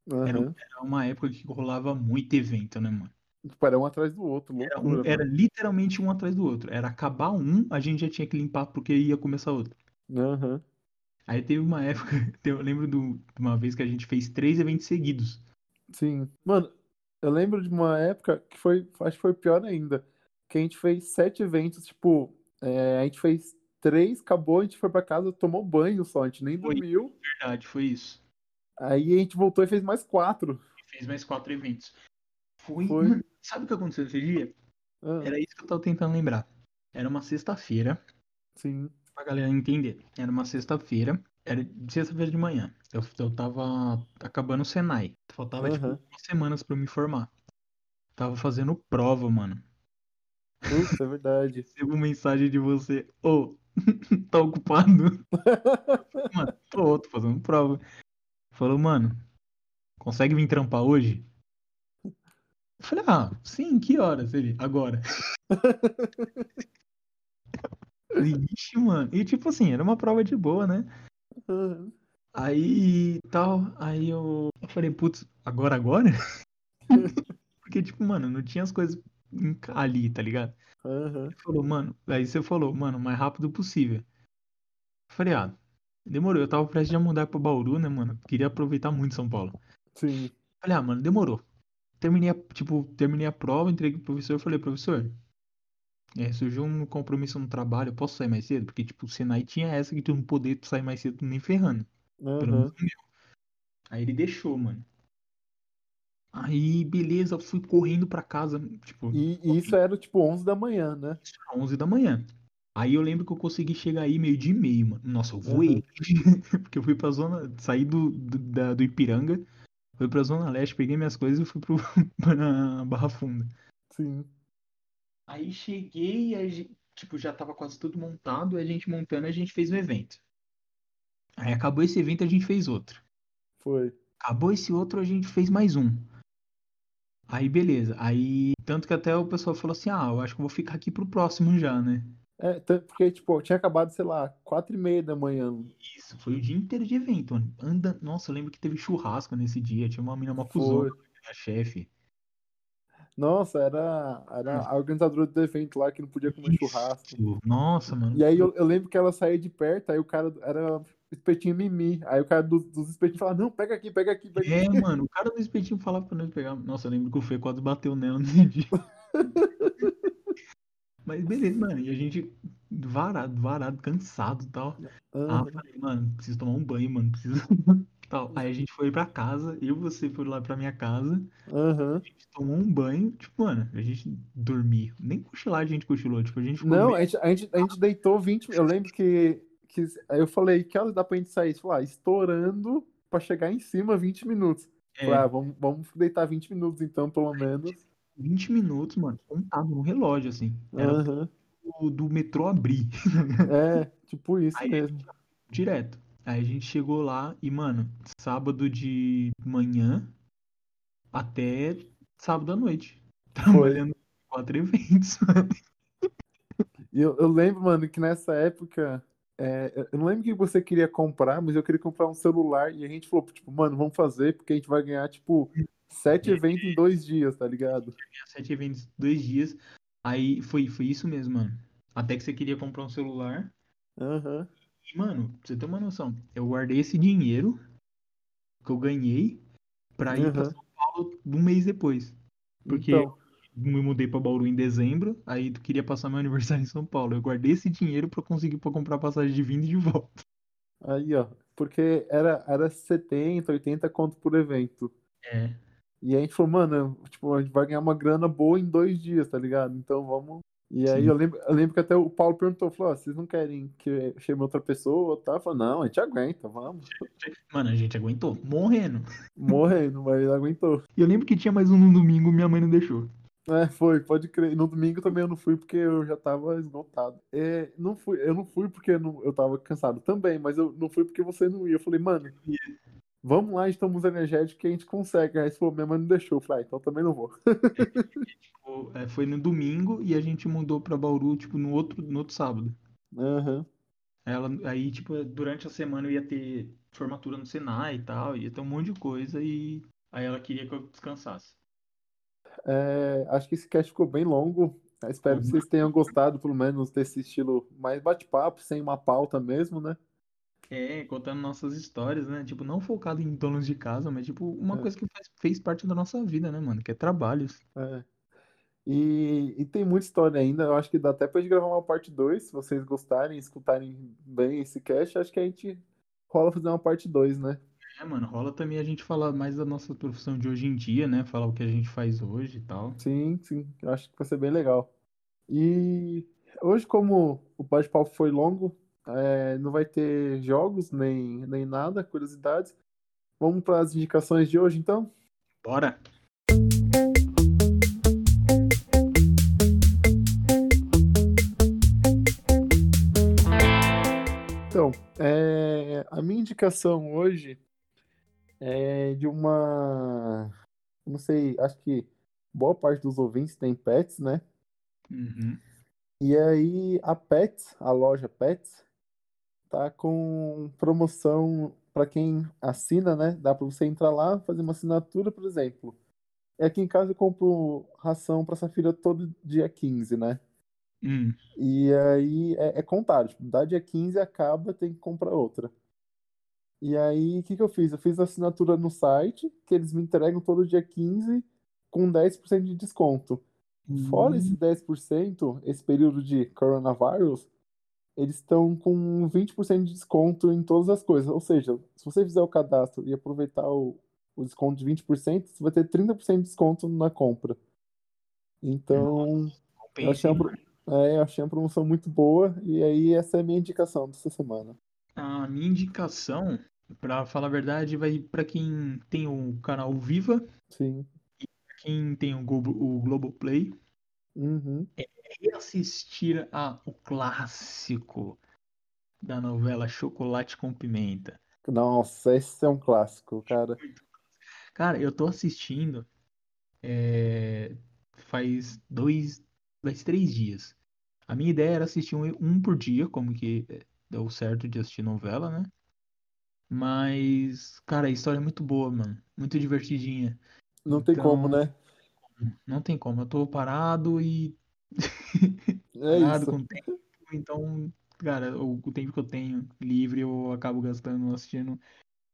Speaker 3: Era,
Speaker 2: Aham.
Speaker 3: era É uma época que rolava muito evento, né, mano?
Speaker 2: Tipo, era um atrás do outro,
Speaker 3: Era, um-
Speaker 2: loucura.
Speaker 3: era literalmente um atrás do outro. Era acabar um, a gente já tinha que limpar porque ia começar outro.
Speaker 2: Aham.
Speaker 3: Aí teve uma época, eu lembro do- de uma vez que a gente fez três eventos seguidos.
Speaker 2: Sim. Mano, eu lembro de uma época que foi. Acho que foi pior ainda. Que a gente fez sete eventos, tipo, é, a gente fez três, acabou, a gente foi pra casa, tomou banho só, a gente nem
Speaker 3: Foi.
Speaker 2: dormiu.
Speaker 3: Verdade, foi isso.
Speaker 2: Aí a gente voltou e fez mais quatro.
Speaker 3: Fez mais quatro eventos. Foi.
Speaker 2: Foi.
Speaker 3: mano, sabe o que aconteceu esse dia?
Speaker 2: Ah,
Speaker 3: Era isso que eu tava tentando lembrar. Era uma sexta-feira,
Speaker 2: sim.
Speaker 3: pra galera entender. Era uma sexta-feira, era de sexta-feira de manhã. Eu, eu tava acabando o Senai. Faltava, tipo,
Speaker 2: Aham.
Speaker 3: umas semanas pra eu me formar. Tava fazendo prova, mano.
Speaker 2: Putz, é verdade.
Speaker 3: recebo mensagem de você, ô, tá ocupado? Mano, tô, tô fazendo prova. Falou, mano, consegue vir trampar hoje? Eu falei, ah, sim, que horas? Ele, agora. Eu falei, Ixi, mano. E tipo assim, era uma prova de boa, né?
Speaker 2: Aham.
Speaker 3: Aí tal, aí eu, eu falei, putz, agora, agora? Porque, tipo, mano, não tinha as coisas em- ali, tá ligado?
Speaker 2: Aham.
Speaker 3: falou, mano. Aí você falou, mano, o mais rápido possível. Eu falei, ah, demorou. Eu tava prestes a mudar pra Bauru, né, mano? Queria aproveitar muito São Paulo.
Speaker 2: Sim.
Speaker 3: Falei, ah, mano, demorou. Terminei a, tipo, terminei a prova, entreguei pro professor, falei, professor, é, surgiu um compromisso no trabalho, eu posso sair mais cedo? Porque, tipo, o Senai tinha essa que tu não poder sair mais cedo nem ferrando. Pelo
Speaker 2: Aham.
Speaker 3: menos o meu. Aí ele deixou, mano. Aí, beleza, fui correndo pra casa, tipo,
Speaker 2: E, e isso era tipo 11 da manhã, né?
Speaker 3: isso era 11 da manhã. Aí eu lembro que eu consegui chegar aí meio dia e meio, mano. Nossa, eu voei. Porque eu fui pra zona. Saí do, do, da- do Ipiranga, fui pra Zona Leste, peguei minhas coisas e fui pro, pra Barra Funda.
Speaker 2: Sim.
Speaker 3: Aí cheguei, a gente, tipo, já tava quase tudo montado, e a gente montando, a gente fez um evento. Aí acabou esse evento, a gente fez outro.
Speaker 2: Foi.
Speaker 3: Acabou esse outro, a gente fez mais um. Aí beleza. Aí. Tanto que até o pessoal falou assim: ah, eu acho que eu vou ficar aqui pro próximo já, né?
Speaker 2: É, t- porque, tipo, tinha acabado, sei lá, 4 e meia da manhã.
Speaker 3: Isso, foi o dia inteiro de evento, mano. Anda... Nossa, eu lembro que teve churrasco nesse dia. Tinha uma mina, uma cuzona,
Speaker 2: Foi.
Speaker 3: minha chefe.
Speaker 2: Nossa, era,
Speaker 3: Hum.
Speaker 2: era a organizadora do evento lá que não podia comer churrasco.
Speaker 3: Isso. Nossa, mano.
Speaker 2: E aí eu, eu lembro que ela saía de perto, aí o cara era espetinho mimi. Aí o cara do- dos espetinhos falava, não, pega aqui, pega aqui, pega aqui.
Speaker 3: É, mano, o cara do espetinho falava pra nós pegar. Nossa, eu lembro que o Fê quase bateu nela nesse dia. Mas beleza, mano. E a gente varado, varado, cansado e tal. Ah,
Speaker 2: Ah,
Speaker 3: falei, mano, preciso tomar um banho, mano. Preciso. Tal. Aí a gente foi pra casa, eu e você foram lá pra minha casa,
Speaker 2: Aham.
Speaker 3: a gente tomou um banho, tipo, mano, a gente dormiu. Nem cochilar a gente cochilou, tipo, a gente ficou
Speaker 2: Não, é
Speaker 3: meio-
Speaker 2: a gente, a, gente, a gente deitou 20. Eu lembro que, que aí eu falei, que horas dá pra gente sair? Você falou, ah, estourando pra chegar em cima 20 minutos.
Speaker 3: é,
Speaker 2: Falei, ah, vamos, vamos deitar 20 minutos então, pelo menos.
Speaker 3: 20 minutos, mano, contado no relógio, assim. Era
Speaker 2: Aham.
Speaker 3: do, do metrô abrir,
Speaker 2: É, tipo isso
Speaker 3: Aí-
Speaker 2: mesmo.
Speaker 3: direto. Aí a gente chegou lá e, mano, sábado de manhã até sábado à noite. Trabalhando quatro eventos, mano.
Speaker 2: E eu, eu lembro, mano, que nessa época. é, eu- eu não lembro o que você queria comprar, mas eu queria comprar um celular. E a gente falou, tipo, mano, vamos fazer, porque a gente vai ganhar, tipo,
Speaker 3: Uhum.
Speaker 2: sete eventos em dois dias, tá ligado?
Speaker 3: Sete eventos, dois dias. Aí foi, foi isso mesmo, mano. Até que você queria comprar um celular.
Speaker 2: Aham.
Speaker 3: E, mano, pra você ter uma noção, eu guardei esse dinheiro que eu ganhei pra ir pra
Speaker 2: Aham.
Speaker 3: São Paulo um mês depois. Porque
Speaker 2: Então,
Speaker 3: eu me mudei pra Bauru em dezembro, aí tu queria passar meu aniversário em São Paulo. Eu guardei esse dinheiro pra conseguir pra comprar passagem de vinda e de volta.
Speaker 2: aí, ó. Porque era, era 70, 80 conto por evento.
Speaker 3: É.
Speaker 2: E a gente falou, mano, tipo, a gente vai ganhar uma grana boa em dois dias, tá ligado? Então vamos. E aí
Speaker 3: Sim.
Speaker 2: eu lembro, eu lembro que até o Paulo perguntou, falou, ó, vocês não querem que eu chame outra pessoa, tá? Eu falei, não, a gente aguenta, vamos.
Speaker 3: Mano, a gente aguentou, morrendo.
Speaker 2: Morrendo, mas aguentou.
Speaker 3: E eu lembro que tinha mais um no domingo, minha mãe não deixou.
Speaker 2: É, foi, pode crer. E No domingo também eu não fui porque eu já tava esgotado. É, não fui, eu não fui porque eu não, eu tava cansado também, mas eu não fui porque você não ia. Eu falei, mano, vamos lá, estamos energéticos que a gente consegue. Aí você falou, minha mãe não deixou. Eu falei, ah, então também não vou.
Speaker 3: Tipo, é, foi no domingo e a gente mudou pra Bauru, tipo, no outro, no outro sábado.
Speaker 2: Aham,
Speaker 3: Ela, aí, tipo, durante a semana eu ia ter formatura no Senai e tal, ia ter um monte de coisa e aí ela queria que eu descansasse.
Speaker 2: É, acho que esse cast ficou bem longo. Eu Espero que vocês tenham gostado, pelo menos, desse estilo mais bate-papo, sem uma pauta mesmo, né?
Speaker 3: É, contando nossas histórias, né? Tipo, não focado em donos de casa, mas tipo, uma
Speaker 2: É.
Speaker 3: coisa que faz- fez parte da nossa vida, né, mano? Que é trabalhos.
Speaker 2: É. E, e tem muita história ainda. Eu acho que dá até pra gente gravar uma parte 2, se vocês gostarem, escutarem bem esse cast. Acho que a gente rola fazer uma parte 2, né?
Speaker 3: É, mano, rola também a gente falar mais da nossa profissão de hoje em dia, né? Falar o que a gente faz hoje e tal.
Speaker 2: Sim, sim. Eu acho que vai ser bem legal. E hoje, como o bate-papo foi longo, é, não vai ter jogos nem, nem nada, curiosidades. Vamos para as indicações de hoje, então?
Speaker 3: Bora!
Speaker 2: Então, é, a minha indicação hoje é de uma. Não sei, acho que boa parte dos ouvintes tem pets, né?
Speaker 3: Uhum.
Speaker 2: E aí a Pets, a loja Pets, tá com promoção para quem assina, né? Dá para você entrar lá, fazer uma assinatura, por exemplo. E aqui em casa eu compro ração para essa filha todo dia 15, né?
Speaker 3: Hum.
Speaker 2: E aí é, é contado, tipo, dá dia 15, acaba, tem que comprar outra. E aí, o que que eu fiz? Eu fiz a assinatura no site, que eles me entregam todo dia 15 com 10% de desconto. Fora esse 10%, esse período de coronavírus, eles estão com 20% de desconto em todas as coisas. Ou seja, se você fizer o cadastro e aproveitar o, o desconto de 20%, você vai ter 30% de desconto na compra. Então, eu achei, uma, pro- é, eu achei uma promoção muito boa. E aí, essa é a minha indicação dessa semana.
Speaker 3: A minha indicação, pra falar a verdade, vai pra quem tem o canal Viva,
Speaker 2: Sim.
Speaker 3: pra quem tem o, Globo, o Globoplay,
Speaker 2: Uhum.
Speaker 3: reassistir a o clássico da novela Chocolate com Pimenta.
Speaker 2: Nossa, esse é um clássico, cara.
Speaker 3: Cara, eu tô assistindo é, faz dois, faz três dias. A minha ideia era assistir um, um por dia, como que é, deu certo de assistir novela, né? Mas, cara, a história é muito boa, mano. Muito divertidinha.
Speaker 2: Não tem
Speaker 3: Então-
Speaker 2: como, né?
Speaker 3: Não tem como, eu tô parado e
Speaker 2: É
Speaker 3: parado
Speaker 2: isso.
Speaker 3: com tempo, então, cara, o, o tempo que eu tenho livre eu acabo gastando assistindo.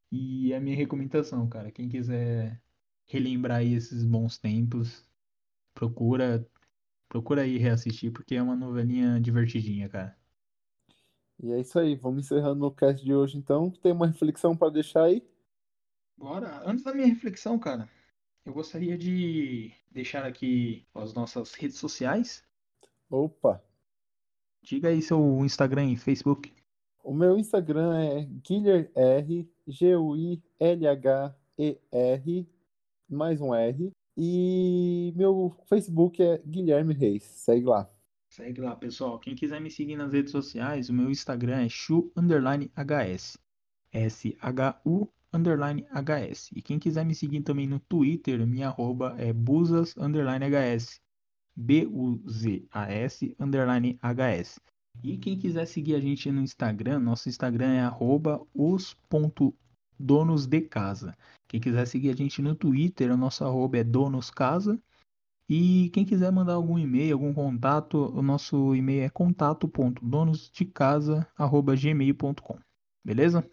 Speaker 3: E é a minha recomendação, cara, quem quiser relembrar aí esses bons tempos, procura procura aí reassistir, porque é uma novelinha divertidinha, cara.
Speaker 2: E é isso aí. Vamos encerrando o cast de hoje, então. Tem uma reflexão para deixar aí?
Speaker 3: Agora, antes da minha reflexão, cara, eu gostaria de deixar aqui as nossas redes sociais.
Speaker 2: Opa!
Speaker 3: Diga aí seu Instagram e Facebook.
Speaker 2: O meu Instagram é guilherr, G-U-I-L-H-E-R, mais um R. E meu Facebook é Guilherme Reis. Segue lá.
Speaker 3: Segue lá, pessoal. Quem quiser me seguir nas redes sociais, o meu Instagram é chu_hs. S-H-U underline HS. E quem quiser me seguir também no Twitter, minha arroba é buzas underline HS. B-U-Z-A-S underline HS. E quem quiser seguir a gente no Instagram, nosso Instagram é arroba os.donos de casa. Quem quiser seguir a gente no Twitter, o nosso arroba é donoscasa. E quem quiser mandar algum e-mail, algum contato, o nosso e-mail é contato.donosdecasa@gmail.com. Beleza?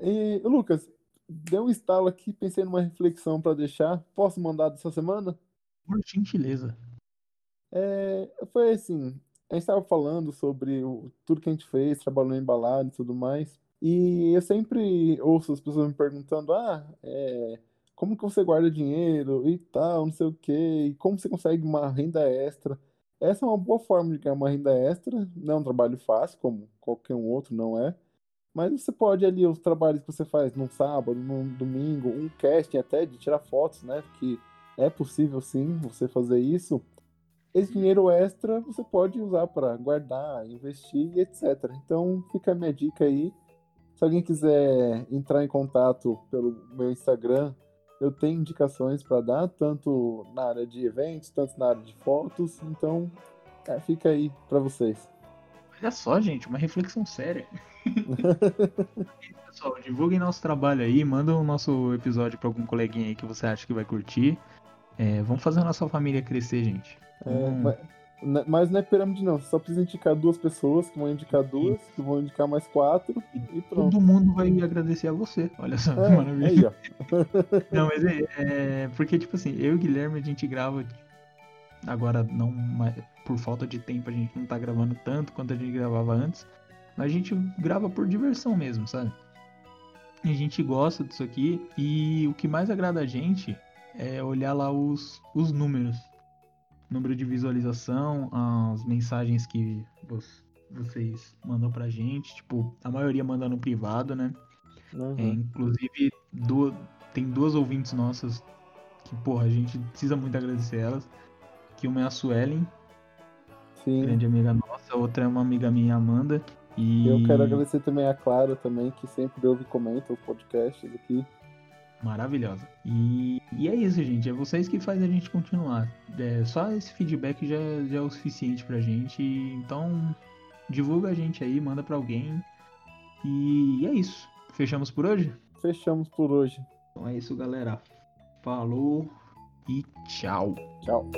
Speaker 2: E, Lucas, deu um estalo aqui, pensei numa reflexão para deixar. Posso mandar dessa semana?
Speaker 3: Por gentileza.
Speaker 2: É, foi assim, a gente estava falando sobre o, tudo que a gente fez, trabalhou embalado e tudo mais, e eu sempre ouço as pessoas me perguntando, ah, é, como que você guarda dinheiro e tal, não sei o quê, e como você consegue uma renda extra? Essa é uma boa forma de ganhar uma renda extra, não é um trabalho fácil, como qualquer um outro não é, mas você pode ali, os trabalhos que você faz num sábado, num domingo, um casting até de tirar fotos, né, que é possível sim você fazer isso, esse dinheiro extra você pode usar para guardar, investir e etc. Então fica a minha dica aí. Se alguém quiser entrar em contato pelo meu Instagram, eu tenho indicações para dar, tanto na área de eventos, tanto na área de fotos. Então é, fica aí para vocês.
Speaker 3: Olha só, gente, uma reflexão séria. Pessoal, divulguem nosso trabalho aí, mandem o nosso episódio para algum coleguinha aí que você acha que vai curtir. É, vamos fazer a nossa família crescer, gente. Hum,
Speaker 2: É,
Speaker 3: Vamos-
Speaker 2: ma- na- Mas não é pirâmide, não. Você só precisa indicar duas pessoas, que vão indicar duas, que vão indicar mais quatro e pronto.
Speaker 3: Todo mundo vai agradecer a você. Olha só, que
Speaker 2: É,
Speaker 3: Uhum. maravilha.
Speaker 2: aí, ó.
Speaker 3: Não, mas é, é, Porque, tipo assim, eu e o Guilherme a gente grava. Agora, não. mais- Por falta de tempo, a gente não tá gravando tanto quanto a gente gravava antes. Mas a gente grava por diversão mesmo, sabe? E A gente gosta disso aqui. E o que mais agrada a gente é olhar lá os, os números: número de visualização, as mensagens que vos- vocês mandam pra gente. Tipo, a maioria manda no privado, né?
Speaker 2: Uhum.
Speaker 3: É, inclusive, duas, tem duas ouvintes nossas que, porra, a gente precisa muito agradecer elas. Que uma é a Suelen,
Speaker 2: Sim.
Speaker 3: grande amiga nossa, a outra é uma amiga minha, Amanda. E
Speaker 2: Eu quero agradecer também a Clara também, que sempre ouve e comenta os podcasts aqui.
Speaker 3: maravilhosa. E, e é isso, gente. É vocês que fazem a gente continuar. É, só esse feedback já, já é o suficiente pra gente. Então, divulga a gente aí, manda pra alguém. E é isso. Fechamos por hoje?
Speaker 2: Fechamos por hoje.
Speaker 3: Então é isso, galera. Falou e tchau.
Speaker 2: Tchau.